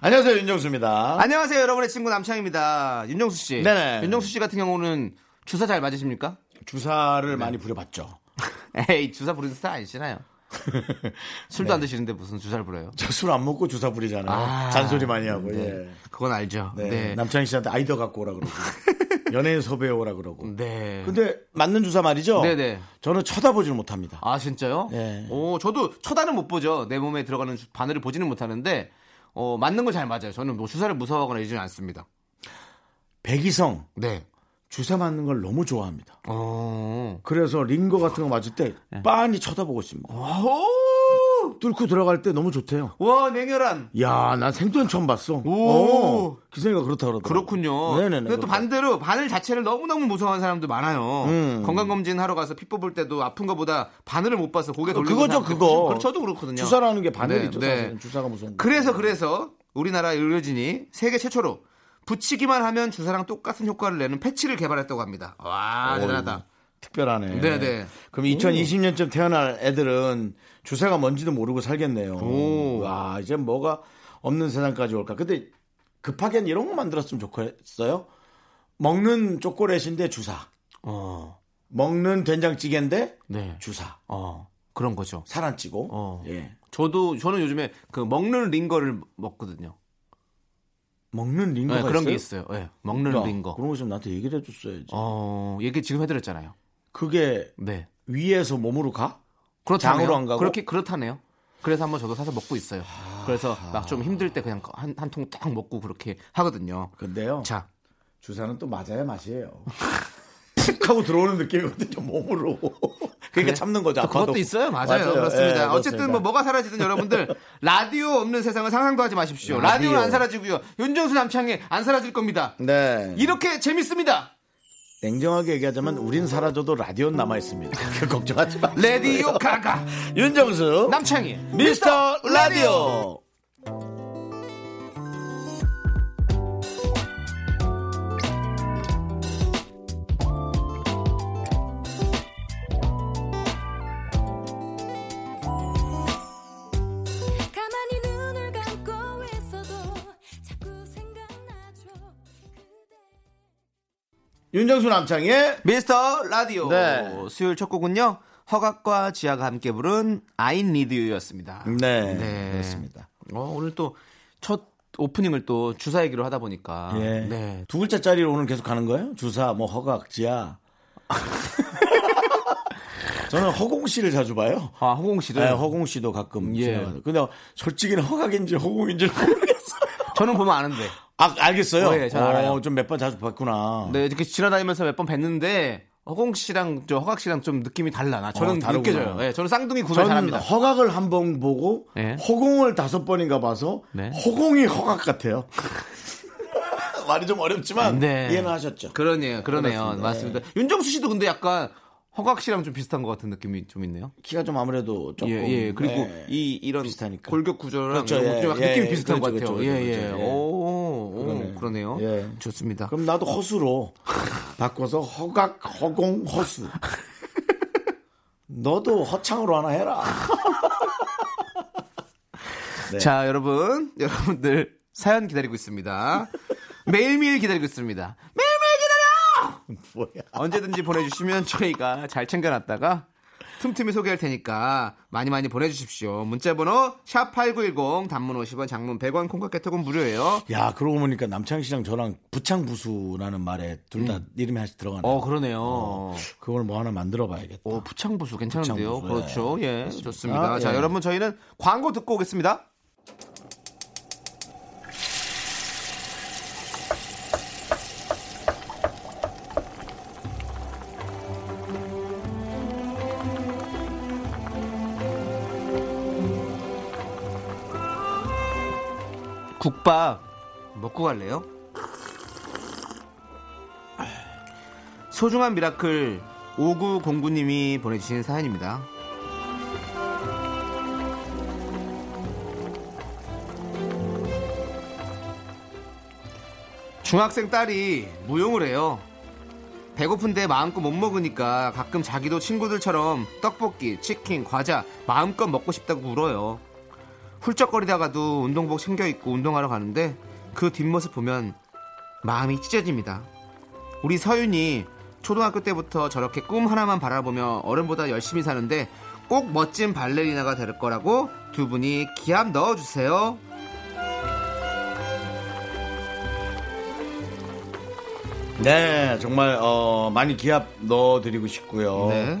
안녕하세요 윤정수입니다. 안녕하세요, 여러분의 친구 남창입니다. 윤정수 씨. 어? 네네. 윤정수 씨 같은 경우는 주사 잘 맞으십니까? 주사를 많이 부려봤죠. 에이, 주사 부리는 스타 아니시나요? 네. 술도 안 드시는데 무슨 주사를 부려요? 저 술 안 먹고 주사 부리잖아요. 아, 잔소리 많이 하고. 네. 예. 그건 알죠. 네. 네. 네. 남창희 씨한테 아이디어 갖고 오라 그러고. 연예인 섭외 오라 그러고. 근데 맞는 주사 말이죠. 네. 네네. 저는 쳐다보질 못합니다. 아, 진짜요? 네. 오, 저도 쳐다는 못 보죠. 내 몸에 들어가는 주- 바늘을 보지는 못하는데, 어, 맞는 거 잘 맞아요. 저는 뭐 주사를 무서워하거나 이러지는 않습니다. 백이성 네. 주사 맞는 걸 너무 좋아합니다. 어. 그래서 링거 같은 거 맞을 때 빤히 쳐다보고 있습니다. 예. 어, 뚫고 들어갈 때 너무 좋대요. 와, 냉혈한. 야, 난 생전 처음 봤어. 오. 어, 기생이가 그렇다 그러더라고. 그렇군요. 네네네. 그렇죠. 근데 또 반대로 바늘 자체를 너무너무 무서워하는 사람도 많아요. 음. 건강검진 하러 가서 피 뽑을 때도 아픈 거보다 바늘을 못 봐서 고개 돌리고. 그러니까 그거죠, 그거. 저도 그렇거든요. 주사라는 게 바늘이죠. 네, 네. 사실은. 주사가 무슨. 그래서 그래서 우리나라 의료진이 세계 최초로 붙이기만 하면 주사랑 똑같은 효과를 내는 패치를 개발했다고 합니다. 와, 어, 대단하다. 특별하네. 네네. 그럼 2020년쯤 태어날 애들은 주사가 뭔지도 모르고 살겠네요. 오. 와, 이제 뭐가 없는 세상까지 올까. 근데 급하게 이런 거 만들었으면 좋겠어요. 먹는 초콜릿인데 주사. 어, 먹는 된장찌개인데 네. 주사. 어, 그런 거죠. 살 안 찌고. 어. 예. 저도 저는 요즘에 그 먹는 링거를 먹거든요. 먹는 링거 네, 가 그러니까 그런 게 있어요. 예, 먹는 링거. 그런 거 좀 나한테 얘기를 해줬어야지. 어, 얘기 지금 해드렸잖아요. 그게 네. 위에서 몸으로 가? 그렇다네요. 장으로 안 가고? 아. 그렇게 그렇다네요. 그래서 한번 저도 사서 먹고 있어요. 그래서 막 좀 힘들 때 그냥 한 통 딱 먹고 그렇게 하거든요. 근데요. 자, 주사는 또 맞아야 맛이에요. 푹 하고 들어오는 느낌이거든요, 몸으로. 그러니까 그래? 참는 거죠. 또 아파도. 그것도 있어요. 맞아요. 그렇습니다. 예, 어쨌든 뭐 뭐가 사라지든 여러분들 라디오 없는 세상을 상상도 하지 마십시오. 라디오. 라디오. 는안 사라지고요. 윤정수 남창희 안 사라질 겁니다. 네. 뭐 이렇게 재밌습니다. 냉정하게 얘기하자면 우린 사라져도 라디오는 남아있습니다. 걱정하지 마. 레디오 가가 윤정수. 남창희. 미스터 라디오. 가만히 눈을 감고 있어도 자꾸 생각나죠 그대 윤정수 남창의 미스터 라디오. 네. 수요일 첫 곡은요. 허각과 지아가 함께 부른 I Need You였습니다. 네. 네. 그렇습니다. 어, 오늘 또 첫 오프닝을 또 주사 얘기로 하다 보니까 예. 네. 두 글자짜리로 오늘 계속 가는 거예요? 주사, 뭐, 허각, 지하. 저는 허공 씨를 자주 봐요. 아, 허공 씨를 네, 허공 씨도 가끔 예. 지나가요. 근데 솔직히는 허각인지 허공인지 모르겠어요. 저는 보면 아는데. 아, 알겠어요. 어, 예, 잘 알아요. 좀 몇 번 자주 봤구나. 네, 이렇게 지나다니면서 몇 번 뵀는데 허공 씨랑 저 허각 씨랑 좀 느낌이 달라. 나 저는 어, 다르구나. 느껴져요. 예, 저는 쌍둥이 구별 저는 잘합니다. 허각을 한 번 보고 예. 허공을 다섯 번인가 봐서 네. 허공이 허각 같아요. 말이 좀 어렵지만 네. 이해는 하셨죠. 그러네요. 그러네요. 그렇습니다. 예. 맞습니다. 윤정수 씨도 근데 약간 허각 씨랑 좀 비슷한 것 같은 느낌이 좀 있네요. 키가 좀 아무래도 조금 예, 예. 그리고 네. 이 이런 비슷하니까. 골격 구조랑 그렇죠. 이런 것도 좀 예, 약간 느낌이 예, 그렇죠, 비슷한 것 같아요. 그렇죠, 예, 예. 그렇죠. 예. 오, 오, 그러네. 그러네요. 예. 좋습니다. 그럼 나도 허수로 바꿔서 허각, 허공, 허수. 너도 허창으로 하나 해라. 네. 자, 여러분, 여러분들 사연 기다리고 있습니다. 매일매일 기다리고 있습니다. 매일매일 기다려! 뭐야. 언제든지 보내주시면 저희가 잘 챙겨놨다가 틈틈이 소개할 테니까 많이 많이 보내주십시오. 문자번호 샵8910 단문 50원 장문 100원 콩깍개톡은 무료예요. 야, 그러고 보니까 남창희 씨랑 저랑 부창부수라는 말에 둘 다 이름이 하나씩 들어가네. 어, 그러네요. 그걸 뭐 하나 만들어 봐야겠다. 오, 부창부수 괜찮은데요. 부창부수, 그렇죠. 예, 좋습니다. 아, 자, 예. 여러분 저희는 광고 듣고 오겠습니다. 국밥 먹고 갈래요? 소중한 미라클 5909님이 보내주신 사연입니다. 중학생 딸이 무용을 해요. 배고픈데 마음껏 못 먹으니까 가끔 자기도 친구들처럼 떡볶이, 치킨, 과자 마음껏 먹고 싶다고 울어요. 훌쩍거리다가도 운동복 챙겨 입고 운동하러 가는데 그 뒷모습 보면 마음이 찢어집니다. 우리 서윤이 초등학교 때부터 저렇게 꿈 하나만 바라보며 어른보다 열심히 사는데 꼭 멋진 발레리나가 될 거라고 두 분이 기합 넣어주세요. 네, 정말 어, 많이 기합 넣어드리고 싶고요. 네.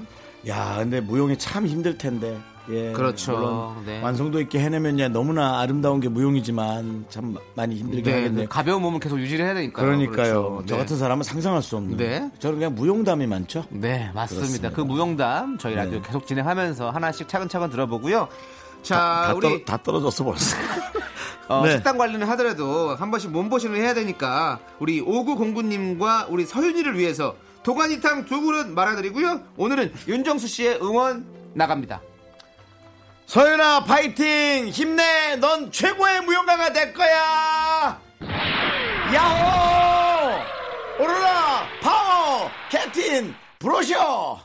야, 근데 무용이 참 힘들 텐데. 예, 그렇죠. 물론 네. 완성도 있게 해내면 예, 너무나 아름다운 게 무용이지만 참 많이 힘들긴 네, 하겠네요. 가벼운 몸을 계속 유지를 해야 되니까요. 그러니까요. 그렇죠. 저 네. 같은 사람은 상상할 수 없는. 네. 저는 그냥 무용담이 많죠. 네, 맞습니다. 그렇습니다. 네. 그 무용담 저희 라디오 계속 진행하면서 하나씩 차근차근 들어보고요. 자, 다, 우리 떨어, 다 떨어졌어 벌써. 어, 네. 식단 관리는 하더라도 한 번씩 몸보신을 해야 되니까 우리 5909님과 우리 서윤이를 위해서 도가니탕 두 그릇 말아드리고요. 오늘은 윤정수 씨의 응원 나갑니다. 서윤아 파이팅 힘내 넌 최고의 무용가가 될 아! 거야 야호 오로라 파워 캡틴 브로셔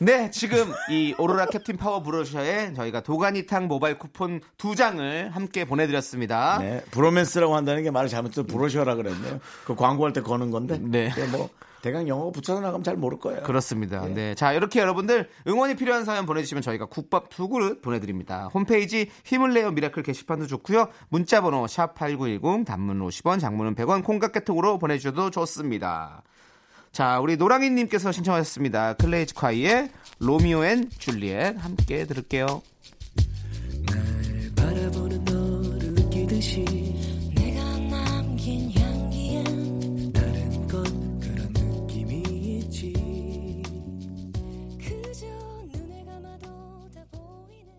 네, 지금 이 오로라 캡틴 파워 브러셔에 저희가 도가니탕 모바일 쿠폰 두 장을 함께 보내드렸습니다. 네. 네 브로맨스라고 한다는 게 말을 잘못해서 브로셔라 그랬네요 그 광고할 때 거는 건데 네. 그게 뭐 대강 영어 붙여서 나가면 잘 모를 거예요 그렇습니다. 네. 자, 이렇게 여러분들 응원이 필요한 사연 보내주시면 저희가 국밥 두 그릇 보내드립니다. 홈페이지 힘을 내요 미라클 게시판도 좋고요. 문자번호 샵8910 단문 50원, 장문은 100원, 콩깍개톡으로 보내주셔도 좋습니다. 자, 우리 노랑이님께서 신청하셨습니다. 클레이즈 콰이의 로미오 앤 줄리엣 함께 들을게요. 바라보는 너를 느끼듯이 내가 남긴 향기엔 다른 건 그런 느낌이 있지 그저 눈을 감아도 다 보이는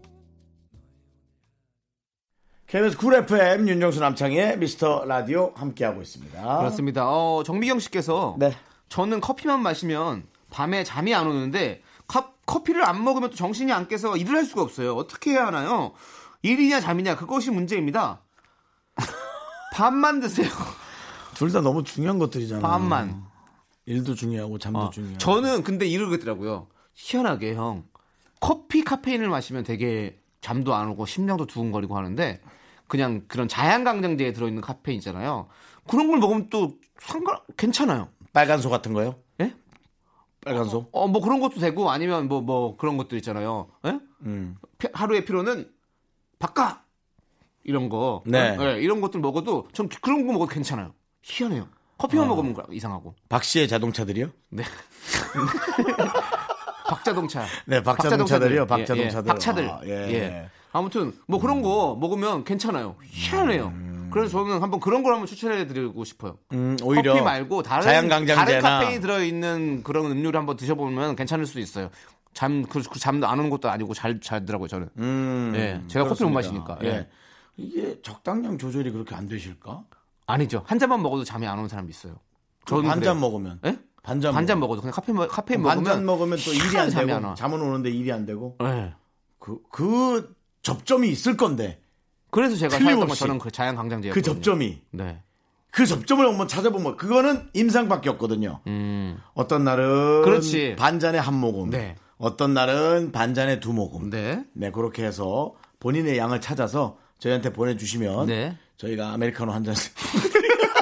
KBS 쿨 FM 윤정수 남창의 미스터 라디오 함께하고 있습니다 그렇습니다. 어, 정미경 씨께서 아. 네. 저는 커피만 마시면 밤에 잠이 안 오는데 컵- 커피를 안 먹으면 또 정신이 안 깨서 일을 할 수가 없어요. 어떻게 해야 하나요? 일이냐 잠이냐 그것이 문제입니다. 밥만 드세요. 둘 다 너무 중요한 것들이잖아요 밥만. 일도 중요하고 잠도 어, 음, 중요하고 저는 근데 이러겠더라고요. 희한하게 형 커피 카페인을 마시면 되게 잠도 안 오고 심장도 두근거리고 하는데 그냥 그런 자양강장제에 들어있는 카페인 있잖아요. 그런 걸 먹으면 또 상관 괜찮아요. 빨간소 같은 거요? 예? 빨간소? 어, 뭐 그런 것도 되고 아니면 뭐, 뭐 그런 것도 있잖아요. 예? 음. 피- 하루의 피로는 바까 이런 거. 네. 예, 이런 것들 먹어도 전 그런 거 먹어도 괜찮아요. 희한해요. 네. 커피만 먹으면 그래, 이상하고. 박씨의 자동차들이요? 네. 박자동차. 네, 박자동차들이요, 박자동차들. 박자동차들. 예, 예, 박차들. 아, 아, 예. 아무튼 뭐 그런 거 먹으면 괜찮아요. 희한해요. 그래서 저는 한번 그런 걸 한번 추천해 드리고 싶어요. 음, 오히려 커피 말고 다른 자양강장제나 다른 카페인이 들어 있는 그런 음료를 한번 드셔보면 괜찮을 수도 있어요. 잠, 그, 그 잠도 안 오는 것도 아니고 잘 잘더라고요 저는. 음, 예, 제가 커피 못 그렇습니다. 마시니까. 예. 예. 이게 적당량 조절이 그렇게 안 되실까? 아니죠. 한 잔만 먹어도 잠이 안 오는 사람이 있어요. 저는 반잔 그래요. 먹으면. 예? 반잔 반잔 먹어도 그냥 카페 카페 먹으면. 먹으면 반잔 먹으면 또 일이 안 희한하게 잠이 안 되고 와. 잠은 오는데 일이 안 되고 예. 그, 그 접점이 있을 건데 그래서 제가 틀림없이. 사용한 건 저는 그 자연 강장제. 그 접점이 네. 그 접점을 한번 찾아보면 그거는 임상밖에 없거든요. 음. 어떤 날은 그렇지. 반잔에 한 모금, 네. 어떤 날은 반잔에 두 모금, 네. 네, 그렇게 해서 본인의 양을 찾아서 저희한테 보내주시면 네. 저희가 아메리카노 한 잔씩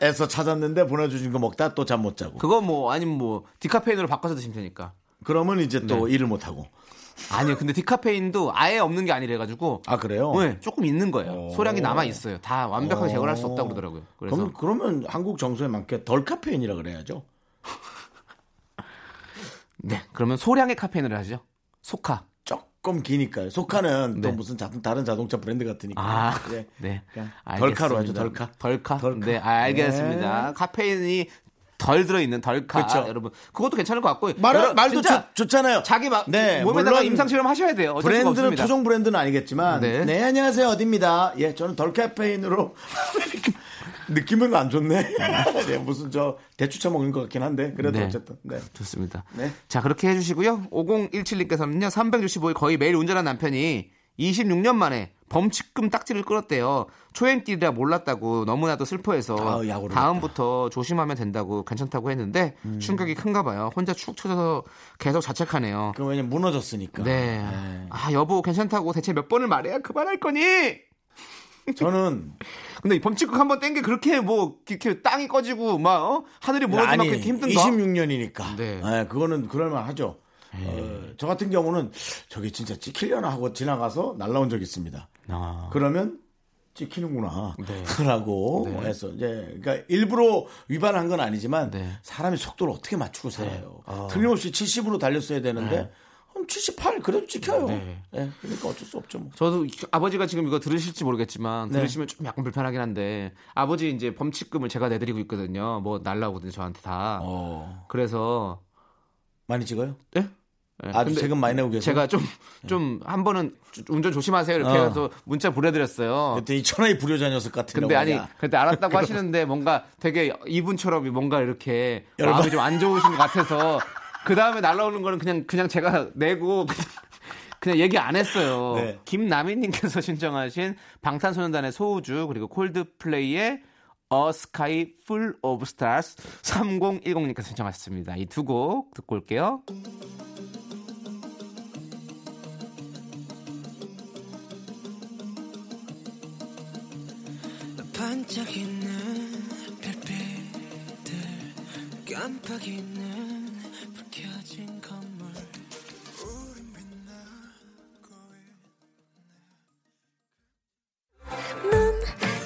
에서 찾았는데 보내주신 거 먹다 또 잠 못 자고 그거 뭐 아니면 뭐 디카페인으로 바꿔서 드시면 되니까. 그, 러면 이제 또 네. 일을 못 하고 아니요. 근데 디카페인도 아예 없는 게 아니래 가지고 아 그래요? 네, 조금 있는 거예요. 오. 소량이 남아 있어요. 다 완벽하게 제거할 수 어. 없다고 그러더라고요. 그래서 그럼 그러면 한국 정서에 맞게 덜 카페인이라 그래야죠. 네. 그러면 소량의 카페인을 하죠. 소카. 조금 기니까요. 소카는 네. 또 무슨 자, 다른 자동차 브랜드 같으니까. 아, 예. 네. 그냥 알겠습니다. 덜카로 하죠. 덜카. 덜카. 덜카. 네, 알겠습니다. 카페인이 덜 들어있는 덜카 그쵸. 여러분 그것도 괜찮을 것 같고 말, 여러- 말도 진짜 좋, 잖아요 자기 마- 몸에다가 임상실험 하셔야 돼요 어쩔 수가 브랜드는 없습니다 토종 브랜드는 아니겠지만 네, 네. 안녕하세요 어디입니다. 예 저는 덜 카페인으로 느낌은 안 좋네. 네, 무슨 저 대추 차 먹는 것 같긴 한데 그래도 네. 어쨌든 네. 좋습니다 네. 자 그렇게 해주시고요 5017님께서는요 365일 거의 매일 운전한 남편이 26년 만에 범칙금 딱지를 끌었대요 초행길이라 몰랐다고 너무나도 슬퍼해서 아우, 야구를 음. 다음부터 조심하면 된다고 괜찮다고 했는데 충격이 큰가 봐요 혼자 축 쳐져서 계속 자책하네요 그럼 왜냐면 무너졌으니까. 네. 아, 여보, 괜찮다고 대체 몇 번을 말해야 그만할 거니? 저는 근데 이 범칙국 한번 뗀 게 그렇게 뭐, 이렇게 땅이 꺼지고, 막, 어? 하늘이 무너지고 막 아니 그렇게 힘든가? 26년이니까. 네. 네. 그거는 그럴만 하죠. 어, 저 같은 경우는 저게 진짜 찍히려나 하고 지나가서 날라온 적이 있습니다. 아. 네. 그러면 찍히는구나 라고 해서 이제 그러니까 일부러 위반한 건 아니지만 네. 사람이 속도를 어떻게 맞추고 살아요. 틀림없이 70으로 달렸어야 되는데 한78 그래도 찍혀요. 네. 예, 그러니까 어쩔 수 없죠. 뭐. 저도 이- 아버지가 지금 이거 들으실지 모르겠지만, 네. 들으시면 좀 약간 불편하긴 한데, 아버지 이제 범칙금을 제가 내드리고 있거든요. 뭐, 날라오거든요, 저한테 다. 어, 그래서, 많이 찍어요? 예? 예, 아, 근데 세금 많이 내고 계세요? 제가 좀, 좀, 한 번은 좀 운전 조심하세요. 이렇게 어. 네, 해서 문자 보내드렸어요. 그때 이 천하의 불효자 녀석 같은 근데 아니 경우야. 그때 알았다고 하시는데 뭔가 되게 이분처럼 뭔가 이렇게 열받- 마음이 좀 안 좋으신 것 같아서 그 다음에 날라오는 거는 그냥 그냥 제가 내고 그냥 얘기 안 했어요. 네. 김남인님께서 신청하신 방탄소년단의 소우주 그리고 콜드플레이의 A Sky Full of Stars 3010님께서 신청하셨습니다. 이 두 곡 듣고 올게요. 반짝이는 별빛들 깜빡이는 불 켜진 건물 넌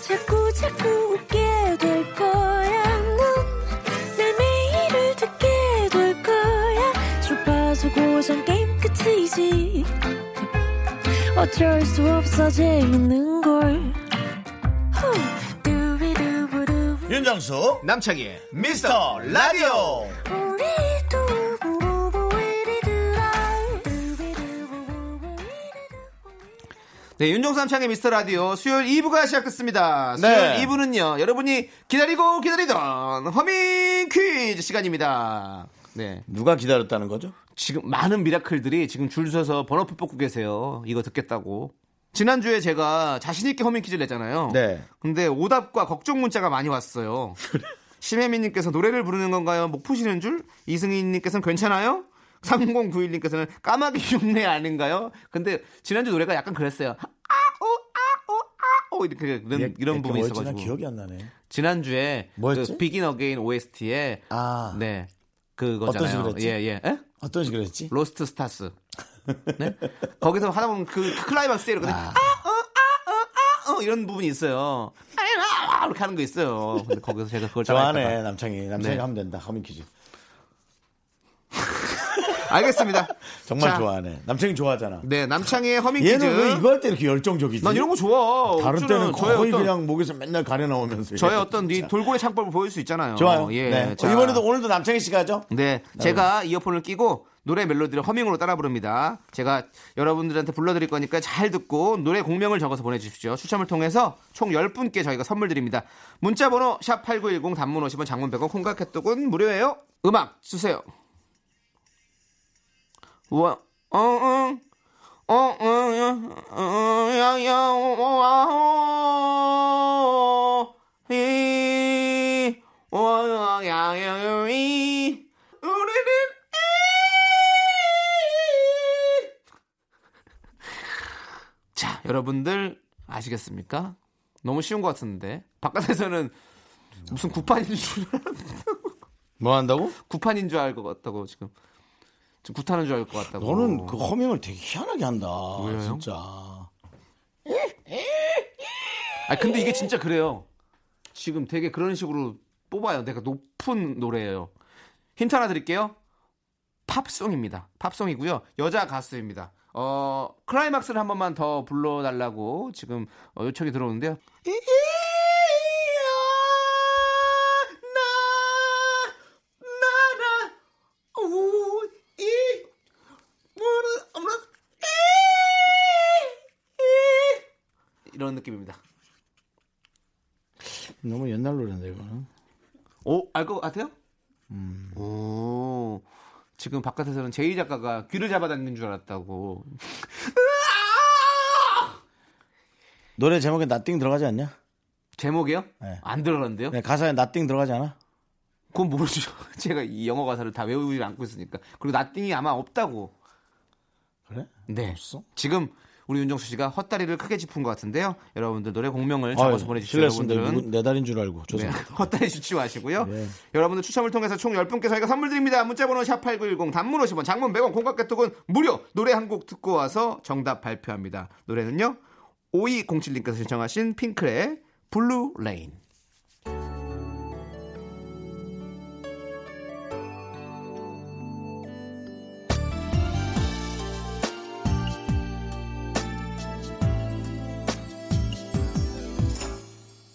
자꾸 자꾸 웃게 될 거야. 넌내 매일을 듣게 될 거야. 주파수 고정 게임 끝이지. 어쩔 수 없어 재밌는 걸. 후. 두비두부두. 윤정수 남창희의 미스터 어. 라디오 우리 두부부부 우리 두라. 두비두부부부 우리 두부부. 네, 윤종수 남창의 미스터 라디오 수요일 2부가 시작됐습니다. 수요일 네. 2부는요, 여러분이 기다리고 기다리던 허밍 퀴즈 시간입니다. 네. 누가 기다렸다는 거죠? 지금 많은 미라클들이 지금 줄 서서 번호표 뽑고 계세요. 이거 듣겠다고. 지난주에 제가 자신있게 허밍 퀴즈를 냈잖아요. 네. 근데 오답과 걱정 문자가 많이 왔어요. 심혜민님께서 노래를 부르는 건가요? 목 푸시는 줄? 이승희님께서는 괜찮아요? 3091님께서는 까마귀 흉내 아닌가요? 근데 지난주 노래가 약간 그랬어요. 아오 어, 아오 아오 이렇게 이런, 음, 이런 뭐였지? 부분이 난 있어가지고 예, 기억이 안 나네. 지난주에 뭐였지? 그 비긴 어게인 OST에 아. 네 그거잖아요. 어떤 식으로 했지? 예예. 어떤 식으로 했지? 로스트 스타스. 네? 거기서 하다 보면 그 클라이막스에 이렇게 아, 어, 아, 어, 아, 어, 이런 부분이 있어요. 아, 아, 이렇게 하는 거 있어요. 근데 거기서 제가 그걸 좋아하네 따라했다가. 남창이 남창이 네. 하면 된다 허밍 퀴즈 알겠습니다. 정말 자, 좋아하네 남창이 좋아하잖아 네, 남창희의 허밍 퀴즈. 얘는 왜 이거 할 때 이렇게 열정적이지 난 이런 거 좋아. 다른 때는 저의 거의 어떤, 그냥 목에서 맨날 가려 나오면서 저의 이래. 어떤 네 돌고래 창법을 보일 수 있잖아요. 좋아요 예. 네. 자, 이번에도 오늘도 남창희 씨가 하죠 네, 제가 이어폰을 끼고 노래 멜로디를 허밍으로 따라 부릅니다. 제가 여러분들한테 불러드릴 거니까 잘 듣고 노래 공명을 적어서 보내주십시오. 추첨을 통해서 총 10분께 저희가 선물 드립니다. 문자번호 샵8910 단문 50원 장문 100원 콩깍개톡은 무료예요. 음악 주세요. 우와, 어, 어. 어, 어, 야, 어, 야, 야, 어, 어, 아, 어, 이, 어, 어, 야, 야, 이, 우리는 이. 자, 여러분들 아시겠습니까? 너무 쉬운 것 같은데 바깥에서는 무슨 구판인 줄 뭐 한다고? 구판인 줄 알 것 같다고 지금 지금 구타는 줄 알 것 같다고. 너는 그 허밍을 되게 희한하게 한다 왜요? 음. 진짜 아 근데 이게 진짜 그래요. 지금 되게 그런 식으로 뽑아요. 내가 높은 노래예요. 힌트 하나 드릴게요. 팝송입니다. 팝송이고요. 여자 가수입니다. 어 클라이막스를 한 번만 더 불러달라고 지금 어, 요청이 들어오는데요. 이야, 나 이런 느낌입니다. 너무 옛날 노래인데 이거는. 오, 알 것 같아요? 음. 오, 지금 바깥에서는 제이 작가가 귀를 잡아당긴 줄 알았다고. 노래 제목에 나띵 들어가지 않냐? 제목이요? 네. 안 들어갔는데요? 네, 가사에 나띵 들어가지 않아? 그건 모르죠. 제가 이 영어 가사를 다 외우지 않고 있으니까. 그리고 나띵이 아마 없다고. 그래? 네. 없어? 지금 우리 윤정수 씨가 헛다리를 크게 짚은 것 같은데요. 여러분들 노래 공명을 적어서 아유, 네, 보내주시죠. 실례했습니다. 여러분들은. 누구- 내 달인 줄 알고. 네, 죄송합니다. 헛다리 주지 마시고요. 네. 여러분들 추첨을 통해서 총 10분께 저희가 선물 드립니다. 문자번호 샵8910 단문 50원 장문 100원 공각개톡은 무료 노래 한 곡 듣고 와서 정답 발표합니다. 노래는요. 5207님께서 신청하신 핑클의 블루 레인.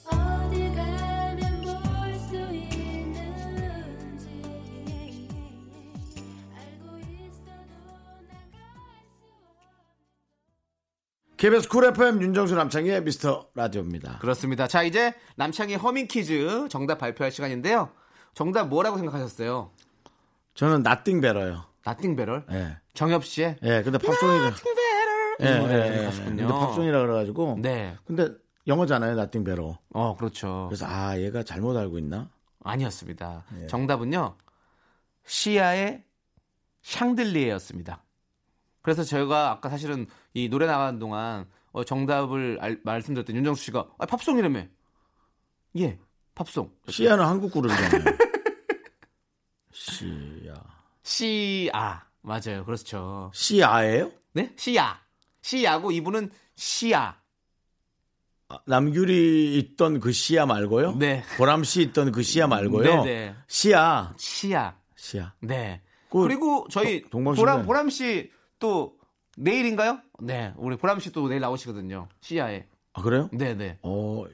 어딜 가면 볼 수 있는지 알고 있어도 나갈 수 KBS 쿨 FM 윤정수 남창희의 미스터 라디오입니다. 그렇습니다. 자, 이제 남창희 허밍 퀴즈 정답 발표할 시간인데요. 정답 뭐라고 생각하셨어요? 저는 나띵 베러요. 나띵 베럴? 예. 정엽 씨의 예, 근데 팝송이라. 예, 이 노래를 예, 예. 생각하셨군요. 근데 팝송이라 그래가지고. 네. 근데 영어잖아요, 나띵 베러. 어, 그렇죠. 그래서 아, 얘가 잘못 알고 있나? 아니었습니다. 예. 정답은요. 시아의 샹들리에였습니다. 그래서 저희가 아까 사실은 이 노래 나가는 동안 어, 정답을 알- 말씀드렸더니 윤정수 씨가 아, 팝송 이름에 예 팝송 시아는 한국 그룹이잖아요. 시아. 시아 맞아요 그렇죠 시아예요? 네 시아 시아고 이분은 시아 아, 남규리 있던 그 시아 말고요? 네. 보람 씨 있던 그 시아 말고요? 네, 네. 시아. 시아 시아. 네 그, 그리고 저희 동- 동방신기. 보람 보람 씨 또 내일인가요 네 우리 보람 씨 또 내일 나오시거든요 시아에 아, 그래요? 네네 어,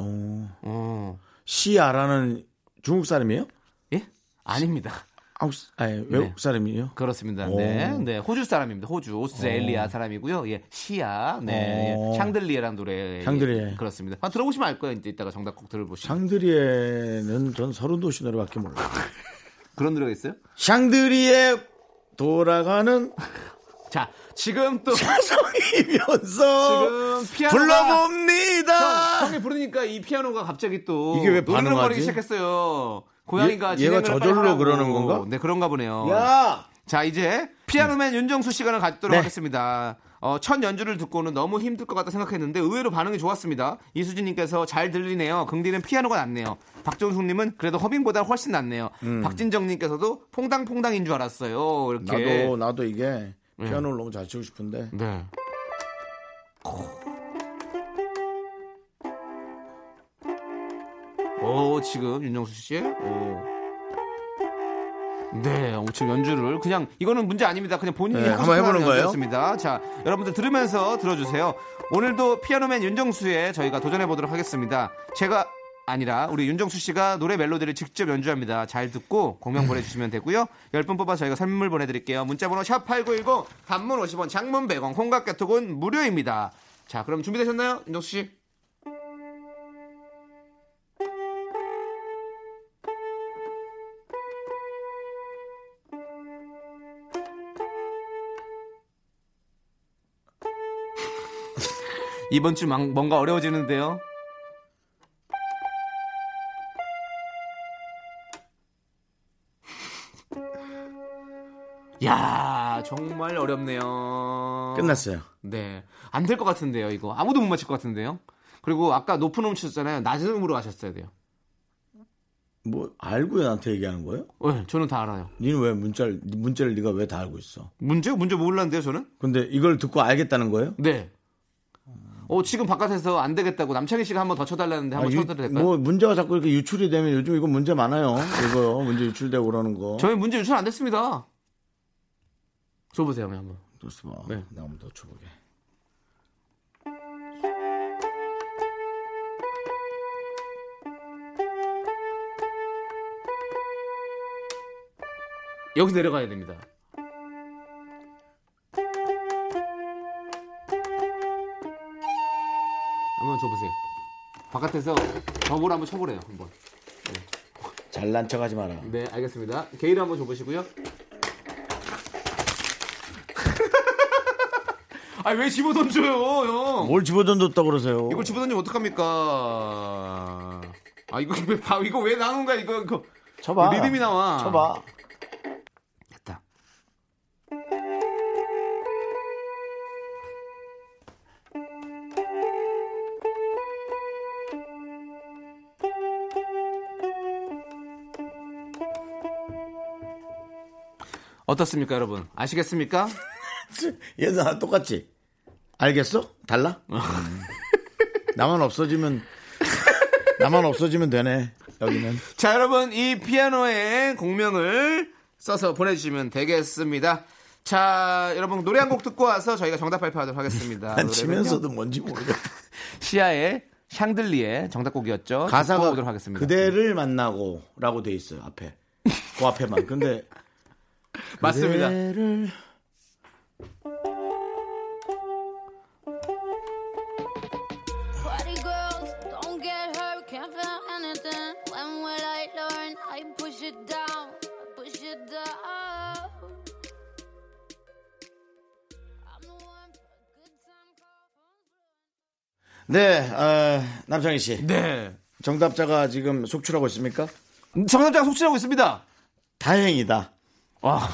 어. 어. 시아라는 중국 사람이에요? 예? 아닙니다. 한국, 사- 아니, 외국 네. 사람이에요? 그렇습니다. 오. 네. 네. 호주 사람입니다. 호주. 오스트레일리아 사람이고요. 예. 시아. 네. 오. 예. 샹들리에라는 노래. 샹들리에. 그렇습니다. 아, 들어보시면 알 거예요. 이제 이따가 정답 꼭 들어보시면. 샹드리에는 전 서른 도시 노래밖에 몰라요. 그런 노래가 있어요? 샹드리에 돌아가는 자, 지금 또 성이면서 지금 피아노가 불러봅니다. 형, 형이 부르니까 이 피아노가 갑자기 또 이게 왜 노래를 반응하지? 거리기 시작했어요. 고양이가 얘- 얘가 진행을 저절로 빨리 하라고. 그러는 건가? 네, 그런가 보네요. 야! 자, 이제 피아노맨 윤정수 시간을 갖도록 네. 하겠습니다. 어, 첫 연주를 듣고는 너무 힘들 것 같다 생각했는데 의외로 반응이 좋았습니다. 이수진님께서 잘 들리네요. 긍디는 피아노가 낫네요. 박종숙님은 그래도 허빙보다 훨씬 낫네요. 음. 박진정님께서도 퐁당퐁당인 줄 알았어요. 이렇게. 음. 나도 나도 이게 피아노를 너무 잘 치고 싶은데 네. 오, 지금 윤정수 씨. 오. 네, 오, 지금 연주를 그냥 이거는 문제 아닙니다. 그냥 본인이 네, 하고 한번 싶은 해보는 거예요? 연주였습니다. 자, 여러분들 들으면서 들어주세요. 오늘도 피아노맨 윤정수에 저희가 도전해 보도록 하겠습니다. 제가 아니라 우리 윤정수 씨가 노래 멜로디를 직접 연주합니다. 잘 듣고 음. 공명 보내주시면 되고요. 10분 뽑아 저희가 선물 보내드릴게요. 문자번호 샵8910 단문 50원 장문 100원 콩깍개톡은 무료입니다. 자 그럼 준비되셨나요? 윤정수 씨? 이번 주 망- 뭔가 어려워지는데요. 야 정말 어렵네요. 끝났어요. 네. 안 될 것 같은데요, 이거. 아무도 못 맞힐 것 같은데요. 그리고 아까 높은 음치셨잖아요 낮은 음으로 하셨어야 돼요. 뭐 알고 나한테 얘기하는 거예요? 네, 저는 다 알아요. 니는 왜 문자를 문자를 네가 왜 다 알고 있어? 문제? 문제 몰랐는데요, 저는? 근데 이걸 듣고 알겠다는 거예요? 네. 어, 지금 바깥에서 안 되겠다고 남창희 씨가 한 번 더 쳐달라는데 네, 한 번 아, 유- 쳐드려도 될까요? 뭐 문제가 자꾸 이렇게 유출이 되면 요즘 이거 문제 많아요. 이거 문제 유출되고 그러는 거. 저희 문제 유출 안 됐습니다. 줘보세요, 형님 한번. 또 써봐. 네. 나 한번 더 쳐보게. 여기 내려가야 됩니다. 한번 줘보세요. 바깥에서 저물 한번 쳐보래요. 한번. 잘난 척하지 마라. 네, 알겠습니다. 게일 한번 줘보시고요. 아 왜 집어 던져요, 형? 아, 뭘 집어던졌다고 그러세요? 이걸 집어 던지면 어떡합니까? 아 이거 왜 봐? 이거 왜 나오는 거야? 이거 이거 쳐봐. 뭐 리듬이 나와. 쳐봐. 됐다. 어떻습니까, 여러분? 아시겠습니까? 얘는 나 똑같지? 알겠어? 달라? 나만 없어지면, 나만 없어지면 되네. 아, 여기는. 자, 여러분, 이 피아노의 공명을 써서 보내주시면 되겠습니다. 자, 여러분, 노래 한 곡 듣고 와서 저희가 정답 발표하도록 하겠습니다. 난 노래는요, 치면서도 뭔지 모르겠다. 시아의 샹들리의 정답곡이었죠. 가사가 보도록 아, 하겠습니다. 그대를 만나고 라고 돼 있어요, 앞에. 그 앞에만. 근데 맞습니다. 그대를 Party girls, don't get hurt, can't feel anything. When will I learn? I push it down, push it down. I'm the one for a good time call. 네, 어, 남창희 씨. 네. 정답자가 지금 속출하고 있습니까? 정답자가 속출하고 있습니다. 다행이다. 와.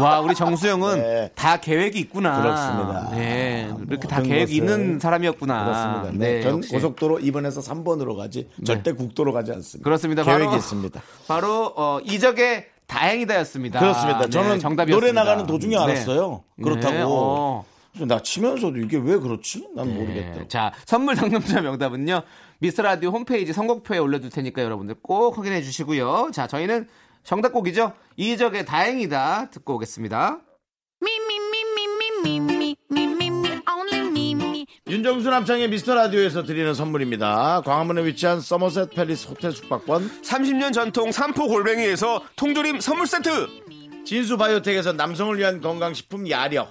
와, 우리 정수영은 네. 다 계획이 있구나. 그렇습니다. 네. 이렇게 다 모든 계획이 것을. 있는 사람이었구나. 그렇습니다. 네, 전 아, 역시. 네. 고속도로 2번에서 3번으로 가지 절대 국도로 가지 않습니다. 그렇습니다. 계획이 바로- 있습니다. 바로 어, 이적의 다행이다였습니다. 그렇습니다. 네, 저는 정답이었습니다. 노래 나가는 도중에 네. 알았어요. 그렇다고. 네, 어. 그래서 나 치면서도 이게 왜 그렇지? 난 모르겠다. 네, 자, 선물 당첨자 명단은요. 미스 라디오 홈페이지 선곡표에 올려둘 테니까 여러분들 꼭 확인해 주시고요. 자, 저희는 정답곡이죠. 이적의 다행이다 듣고 오겠습니다. Me, me, me, me, me, me, me, me, me, me, only me, me. 윤정수 남창의 미스터 라디오에서 드리는 선물입니다. 광화문에 위치한 서머셋 팰리스 호텔 숙박권, 30년 전통 삼포 골뱅이에서 통조림 선물 세트. 진수 바이오텍에서 남성을 위한 건강식품 야력,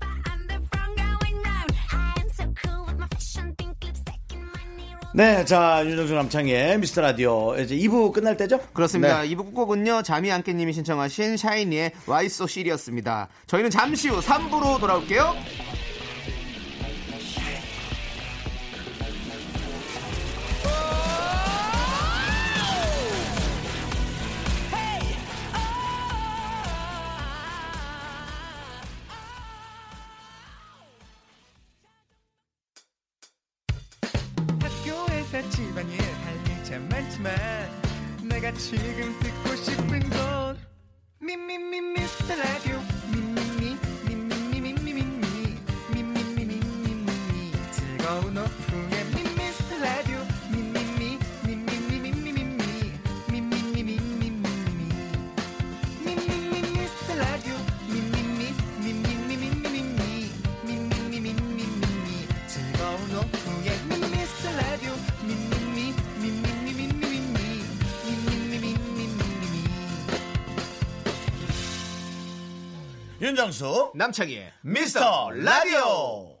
I'm the wrong going round. I am so cool with my fashion, pink lipstick and my knee roll. 네, 자, 윤정수 남창의 미스터 라디오. 이제 2부 끝날 때죠? 그렇습니다. 네. 이부 끝곡은요. 잠이 안 깨님이 신청하신 샤이니의 Why So Serious였습니다. 저희는 잠시 후 3부로 돌아올게요. 학교에서 집안일 할 일 참 많지만 내가 지금 듣고 싶은 건 미미미 미스터 라디오 미미미 미미미미미미 미미미미미미 즐거운 오후에 미스터 라디오 미미미 미미미미미미 미미미미미미 미미미 미스터 라디오 미미미 미미미미미미 미미미미미미 즐거운 오후에 미스터 라디오 미미미 미미미미미미 미미미미미미 윤정수 남창희의 미스터 라디오.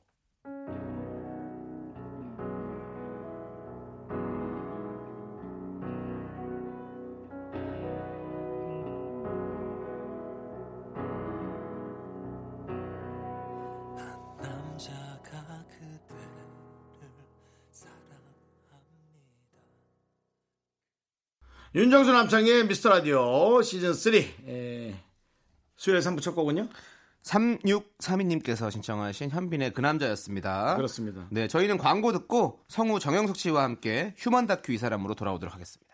남자가 그대를 사랑합니다. 윤정수 남창의 미스터 라디오 시즌 3. 에, 수요일 3부 첫 곡은요? 3632님께서 신청하신 현빈의 그 남자였습니다. 그렇습니다. 네, 저희는 광고 듣고 성우 정영석 씨와 함께 휴먼 다큐 이 사람으로 돌아오도록 하겠습니다.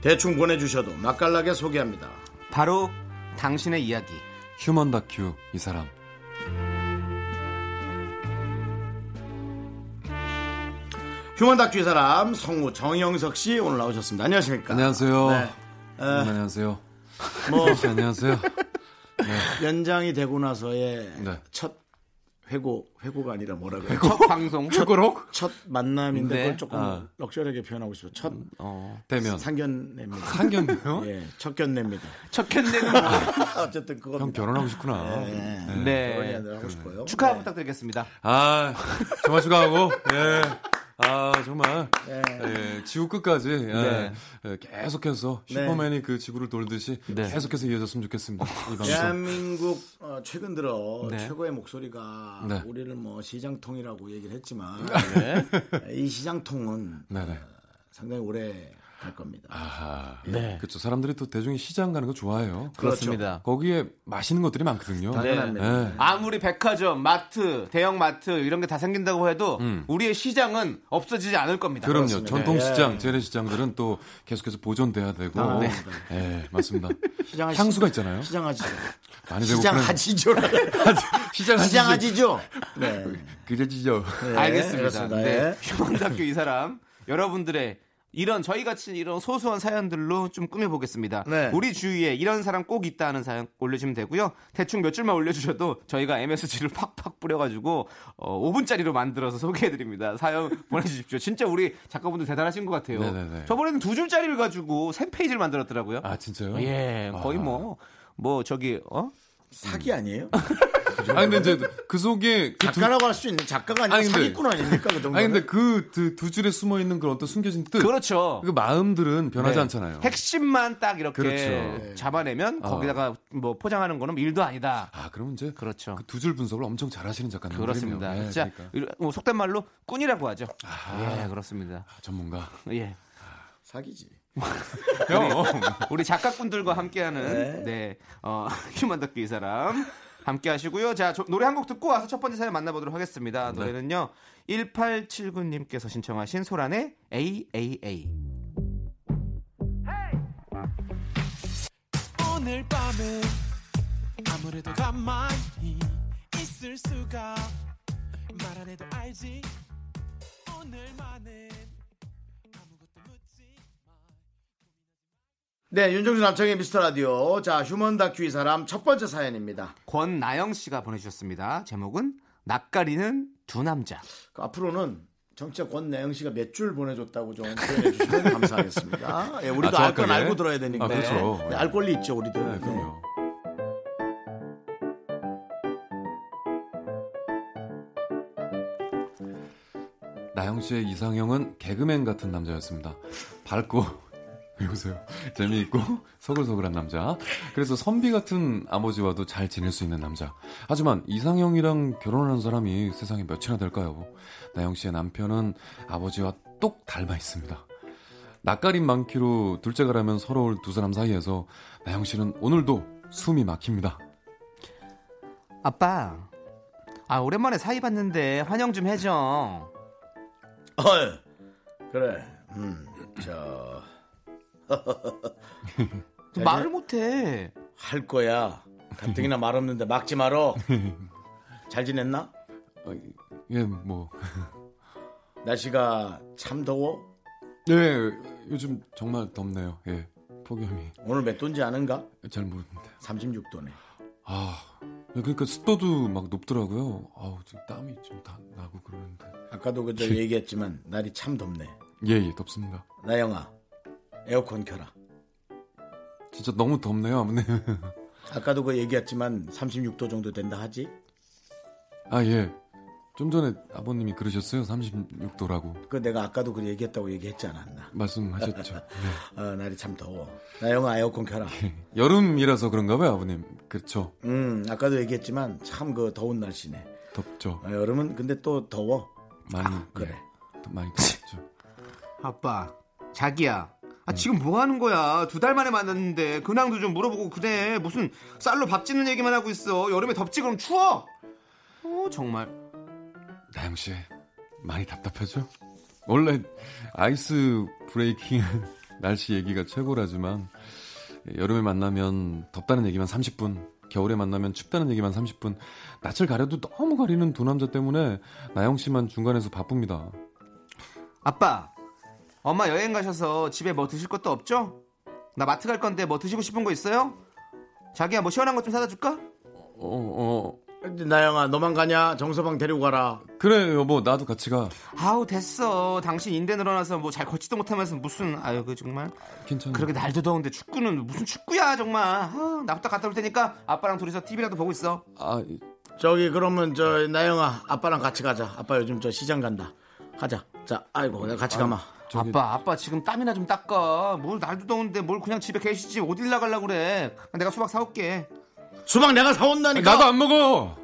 대충 보내주셔도 맛깔나게 소개합니다. 바로 당신의 이야기. 휴먼 다큐 이 사람 휴먼 다큐 사람 성우 정영석 씨 오늘 나오셨습니다. 안녕하십니까? 안녕하세요. 네. 여러분 안녕하세요. 뭐 안녕하세요. 연장이 되고 나서의 네. 첫 회고 회고가 아니라 뭐라 그래? 첫 방송. 초고록? 첫 만남인데 네. 그걸 조금 아. 럭셔리하게 표현하고 싶어요. 첫 어, 대면. 상견례입니다. 상견례요? 예, 첫 견례입니다. 첫 견내는 어쨌든 그건 형 결혼하고 싶구나. 네. 네. 결혼이 하고 싶어요. 축하 네. 부탁드리겠습니다. 아, 정말 축하하고, 예. 아, 정말. 네. 예, 지구 끝까지. 예, 네. 예, 계속해서 네. 슈퍼맨이 그 지구를 돌듯이 계속해서 이어졌으면 좋겠습니다. 이 방송. 대한민국 어, 최근 들어 네. 최고의 목소리가 네. 우리를 뭐 시장통이라고 얘기를 했지만 이 시장통은 네네. 상당히 오래 갈 겁니다. 아하. 네. 그쵸. 사람들이 또 대중이 시장 가는 거 좋아해요. 그렇죠. 그렇습니다. 거기에 맛있는 것들이 많거든요. 네. 당연합니다. 예. 아무리 백화점, 마트, 대형 마트 이런 게 다 생긴다고 해도 우리의 시장은 없어지지 않을 겁니다. 그럼요. 전통 시장, 예. 재래 시장들은 또 계속해서 보존돼야 되고. 아, 네. 예, 맞습니다. 시장하- 향수가 있잖아요. 시장하지죠. 많이 그러니까. 시장하지죠. 시장 시장하지죠. 네. 그려지죠. 네, 알겠습니다. 그렇습니다. 네. 예. 휴먼다큐 이 사람 여러분들의 이런 저희 같이 이런 소소한 사연들로 좀 꾸며보겠습니다. 네. 우리 주위에 이런 사람 꼭 있다 하는 사연 올려주시면 되고요. 대충 몇 줄만 올려주셔도 저희가 MSG를 팍팍 뿌려가지고 어, 5분짜리로 만들어서 소개해드립니다. 사연 보내주십시오. 진짜 우리 작가분들 대단하신 것 같아요. 네네네. 저번에는 두 줄짜리를 가지고 세 페이지를 만들었더라고요. 아 진짜요? 예, 거의 아. 뭐 뭐 저기 어 사기 아니에요? 아 근데 이제 그 속에 그 두, 작가라고 할 수 있는 작가가 아니라 아니, 근데- 사기꾼 아닙니까 그 정도? 아니 근데 그두 두 줄에 숨어 있는 그런 어떤 숨겨진 뜻. 그렇죠. 그 마음들은 변하지 네. 않잖아요. 핵심만 딱 이렇게 그렇죠. 잡아내면 어. 거기다가 뭐 포장하는 거는 일도 아니다. 아 그럼 이제 그렇죠. 그 두 줄 분석을 엄청 잘하시는 작가님. 그렇습니다. 네, 진짜 그러니까. 이런- 뭐 속된 말로 꾼이라고 하죠. 예, 그렇습니다. 아, 전문가. 예. 사기지. 형. 우리 작가꾼들과 함께하는 네. 어, 휴먼 다큐 이 사람 함께 하시고요. 자, 저- 노래 한 곡 듣고 와서 첫 번째 사연 만나보도록 하겠습니다. 네. 노래는요. 1879님께서 신청하신 소란의 AAA. 오늘 밤은 아무래도 가만히 있을 수가 말 안 해도 알지 오늘만은 아무것도 묻지 네, 윤종수 남창의 미스터 라디오. 자, 휴먼 다큐 이 사람 첫 번째 사연입니다. 권나영 씨가 보내주셨습니다. 제목은 낯가리는 두 남자. 그 앞으로는 정치자 권나영 씨가 몇 줄 보내줬다고 좀 표현해 주시면 감사하겠습니다. 예, 우리도 아, 알 건 정확하게? 알고 들어야 되니까. 아, 그렇죠. 네, 알 권리 있죠, 우리도. 네, 그럼요. 나영 씨의 이상형은 개그맨 같은 남자였습니다. 밝고 왜 웃어요? 재미있고 서글서글한 남자. 그래서 선비 같은 아버지와도 잘 지낼 수 있는 남자. 하지만 이상형이랑 결혼하는 사람이 세상에 몇이나 될까요? 나영 씨의 남편은 아버지와 똑 닮아 있습니다. 낯가림 많기로 둘째가라면 서러울 두 사람 사이에서 나영 씨는 오늘도 숨이 막힙니다. 아빠, 아 오랜만에 사이 봤는데 환영 좀 해줘. 어이, 그래. 음, 저, 너 말을 못해. 할 거야. 가뜩이나 말 없는데 막지 말어. 잘 지냈나? 예, 뭐. 날씨가 참 더워? 예, 요즘 정말 덥네요. 예. 폭염이 오늘 몇 도인지 아는가? 잘 모르는데. 36도네. 아. 예, 그러니까 습도도 막 높더라고요. 아우, 지금 땀이 좀 다 나고 그러는데. 아까도 그저 네. 얘기했지만 날이 참 덥네. 예, 예, 덥습니다. 나영아, 에어컨 켜라. 진짜 너무 덥네요, 아무네. 아까도 그 얘기했지만 36도 정도 된다 하지? 아, 예. 좀 전에 아버님이 그러셨어요. 36도라고 그 내가 아까도 그 얘기했다고 얘기했지 않았나? 말씀하셨죠. 네. 어, 날이 참 더워. 나영아 에어컨 켜라. 여름이라서 그런가 봐요, 아버님. 그렇죠. 음, 아까도 얘기했지만 참 그 더운 날씨네. 덥죠. 어, 여름은 근데 또 더워. 많이 아, 그래. 예, 더 많이 덥죠. 아빠, 자기야. 아 지금 뭐 하는 거야? 두 달 만에 만났는데 근황도 좀 물어보고 그래. 무슨 쌀로 밥 짓는 얘기만 하고 있어. 여름에 덥지 그럼 추워. 어 정말. 나영 씨 많이 답답하죠? 원래 아이스 브레이킹은 날씨 얘기가 최고라지만 여름에 만나면 덥다는 얘기만 30분, 겨울에 만나면 춥다는 얘기만 30분. 낯을 가려도 너무 가리는 두 남자 때문에 나영 씨만 중간에서 바쁩니다. 아빠, 엄마 여행 가셔서 집에 뭐 드실 것도 없죠? 나 마트 갈 건데 뭐 드시고 싶은 거 있어요? 자기야 뭐 시원한 것 좀 사다 줄까? 어, 나영아 너만 가냐? 정서방 데리고 가라. 그래 여보 나도 같이 가. 아우 됐어. 당신 인대 늘어나서 뭐 잘 걷지도 못하면서 무슨 아유 그 정말 괜찮아. 그렇게 날도 더운데 축구는 무슨 축구야 정말. 아, 나부터 갔다 올 테니까 아빠랑 둘이서 TV라도 보고 있어. 아, 저기 그러면 저 나영아 아빠랑 같이 가자. 아빠 요즘 저 시장 간다. 가자. 자, 아이고 내가 같이 가마. 저기- 아빠 아빠 지금 땀이나 좀 닦아. 뭘 날도 더운데 뭘 그냥 집에 계시지 어딜 나가려고 그래. 내가 수박 사올게. 수박 내가 사온다니까. 나도 안 먹어.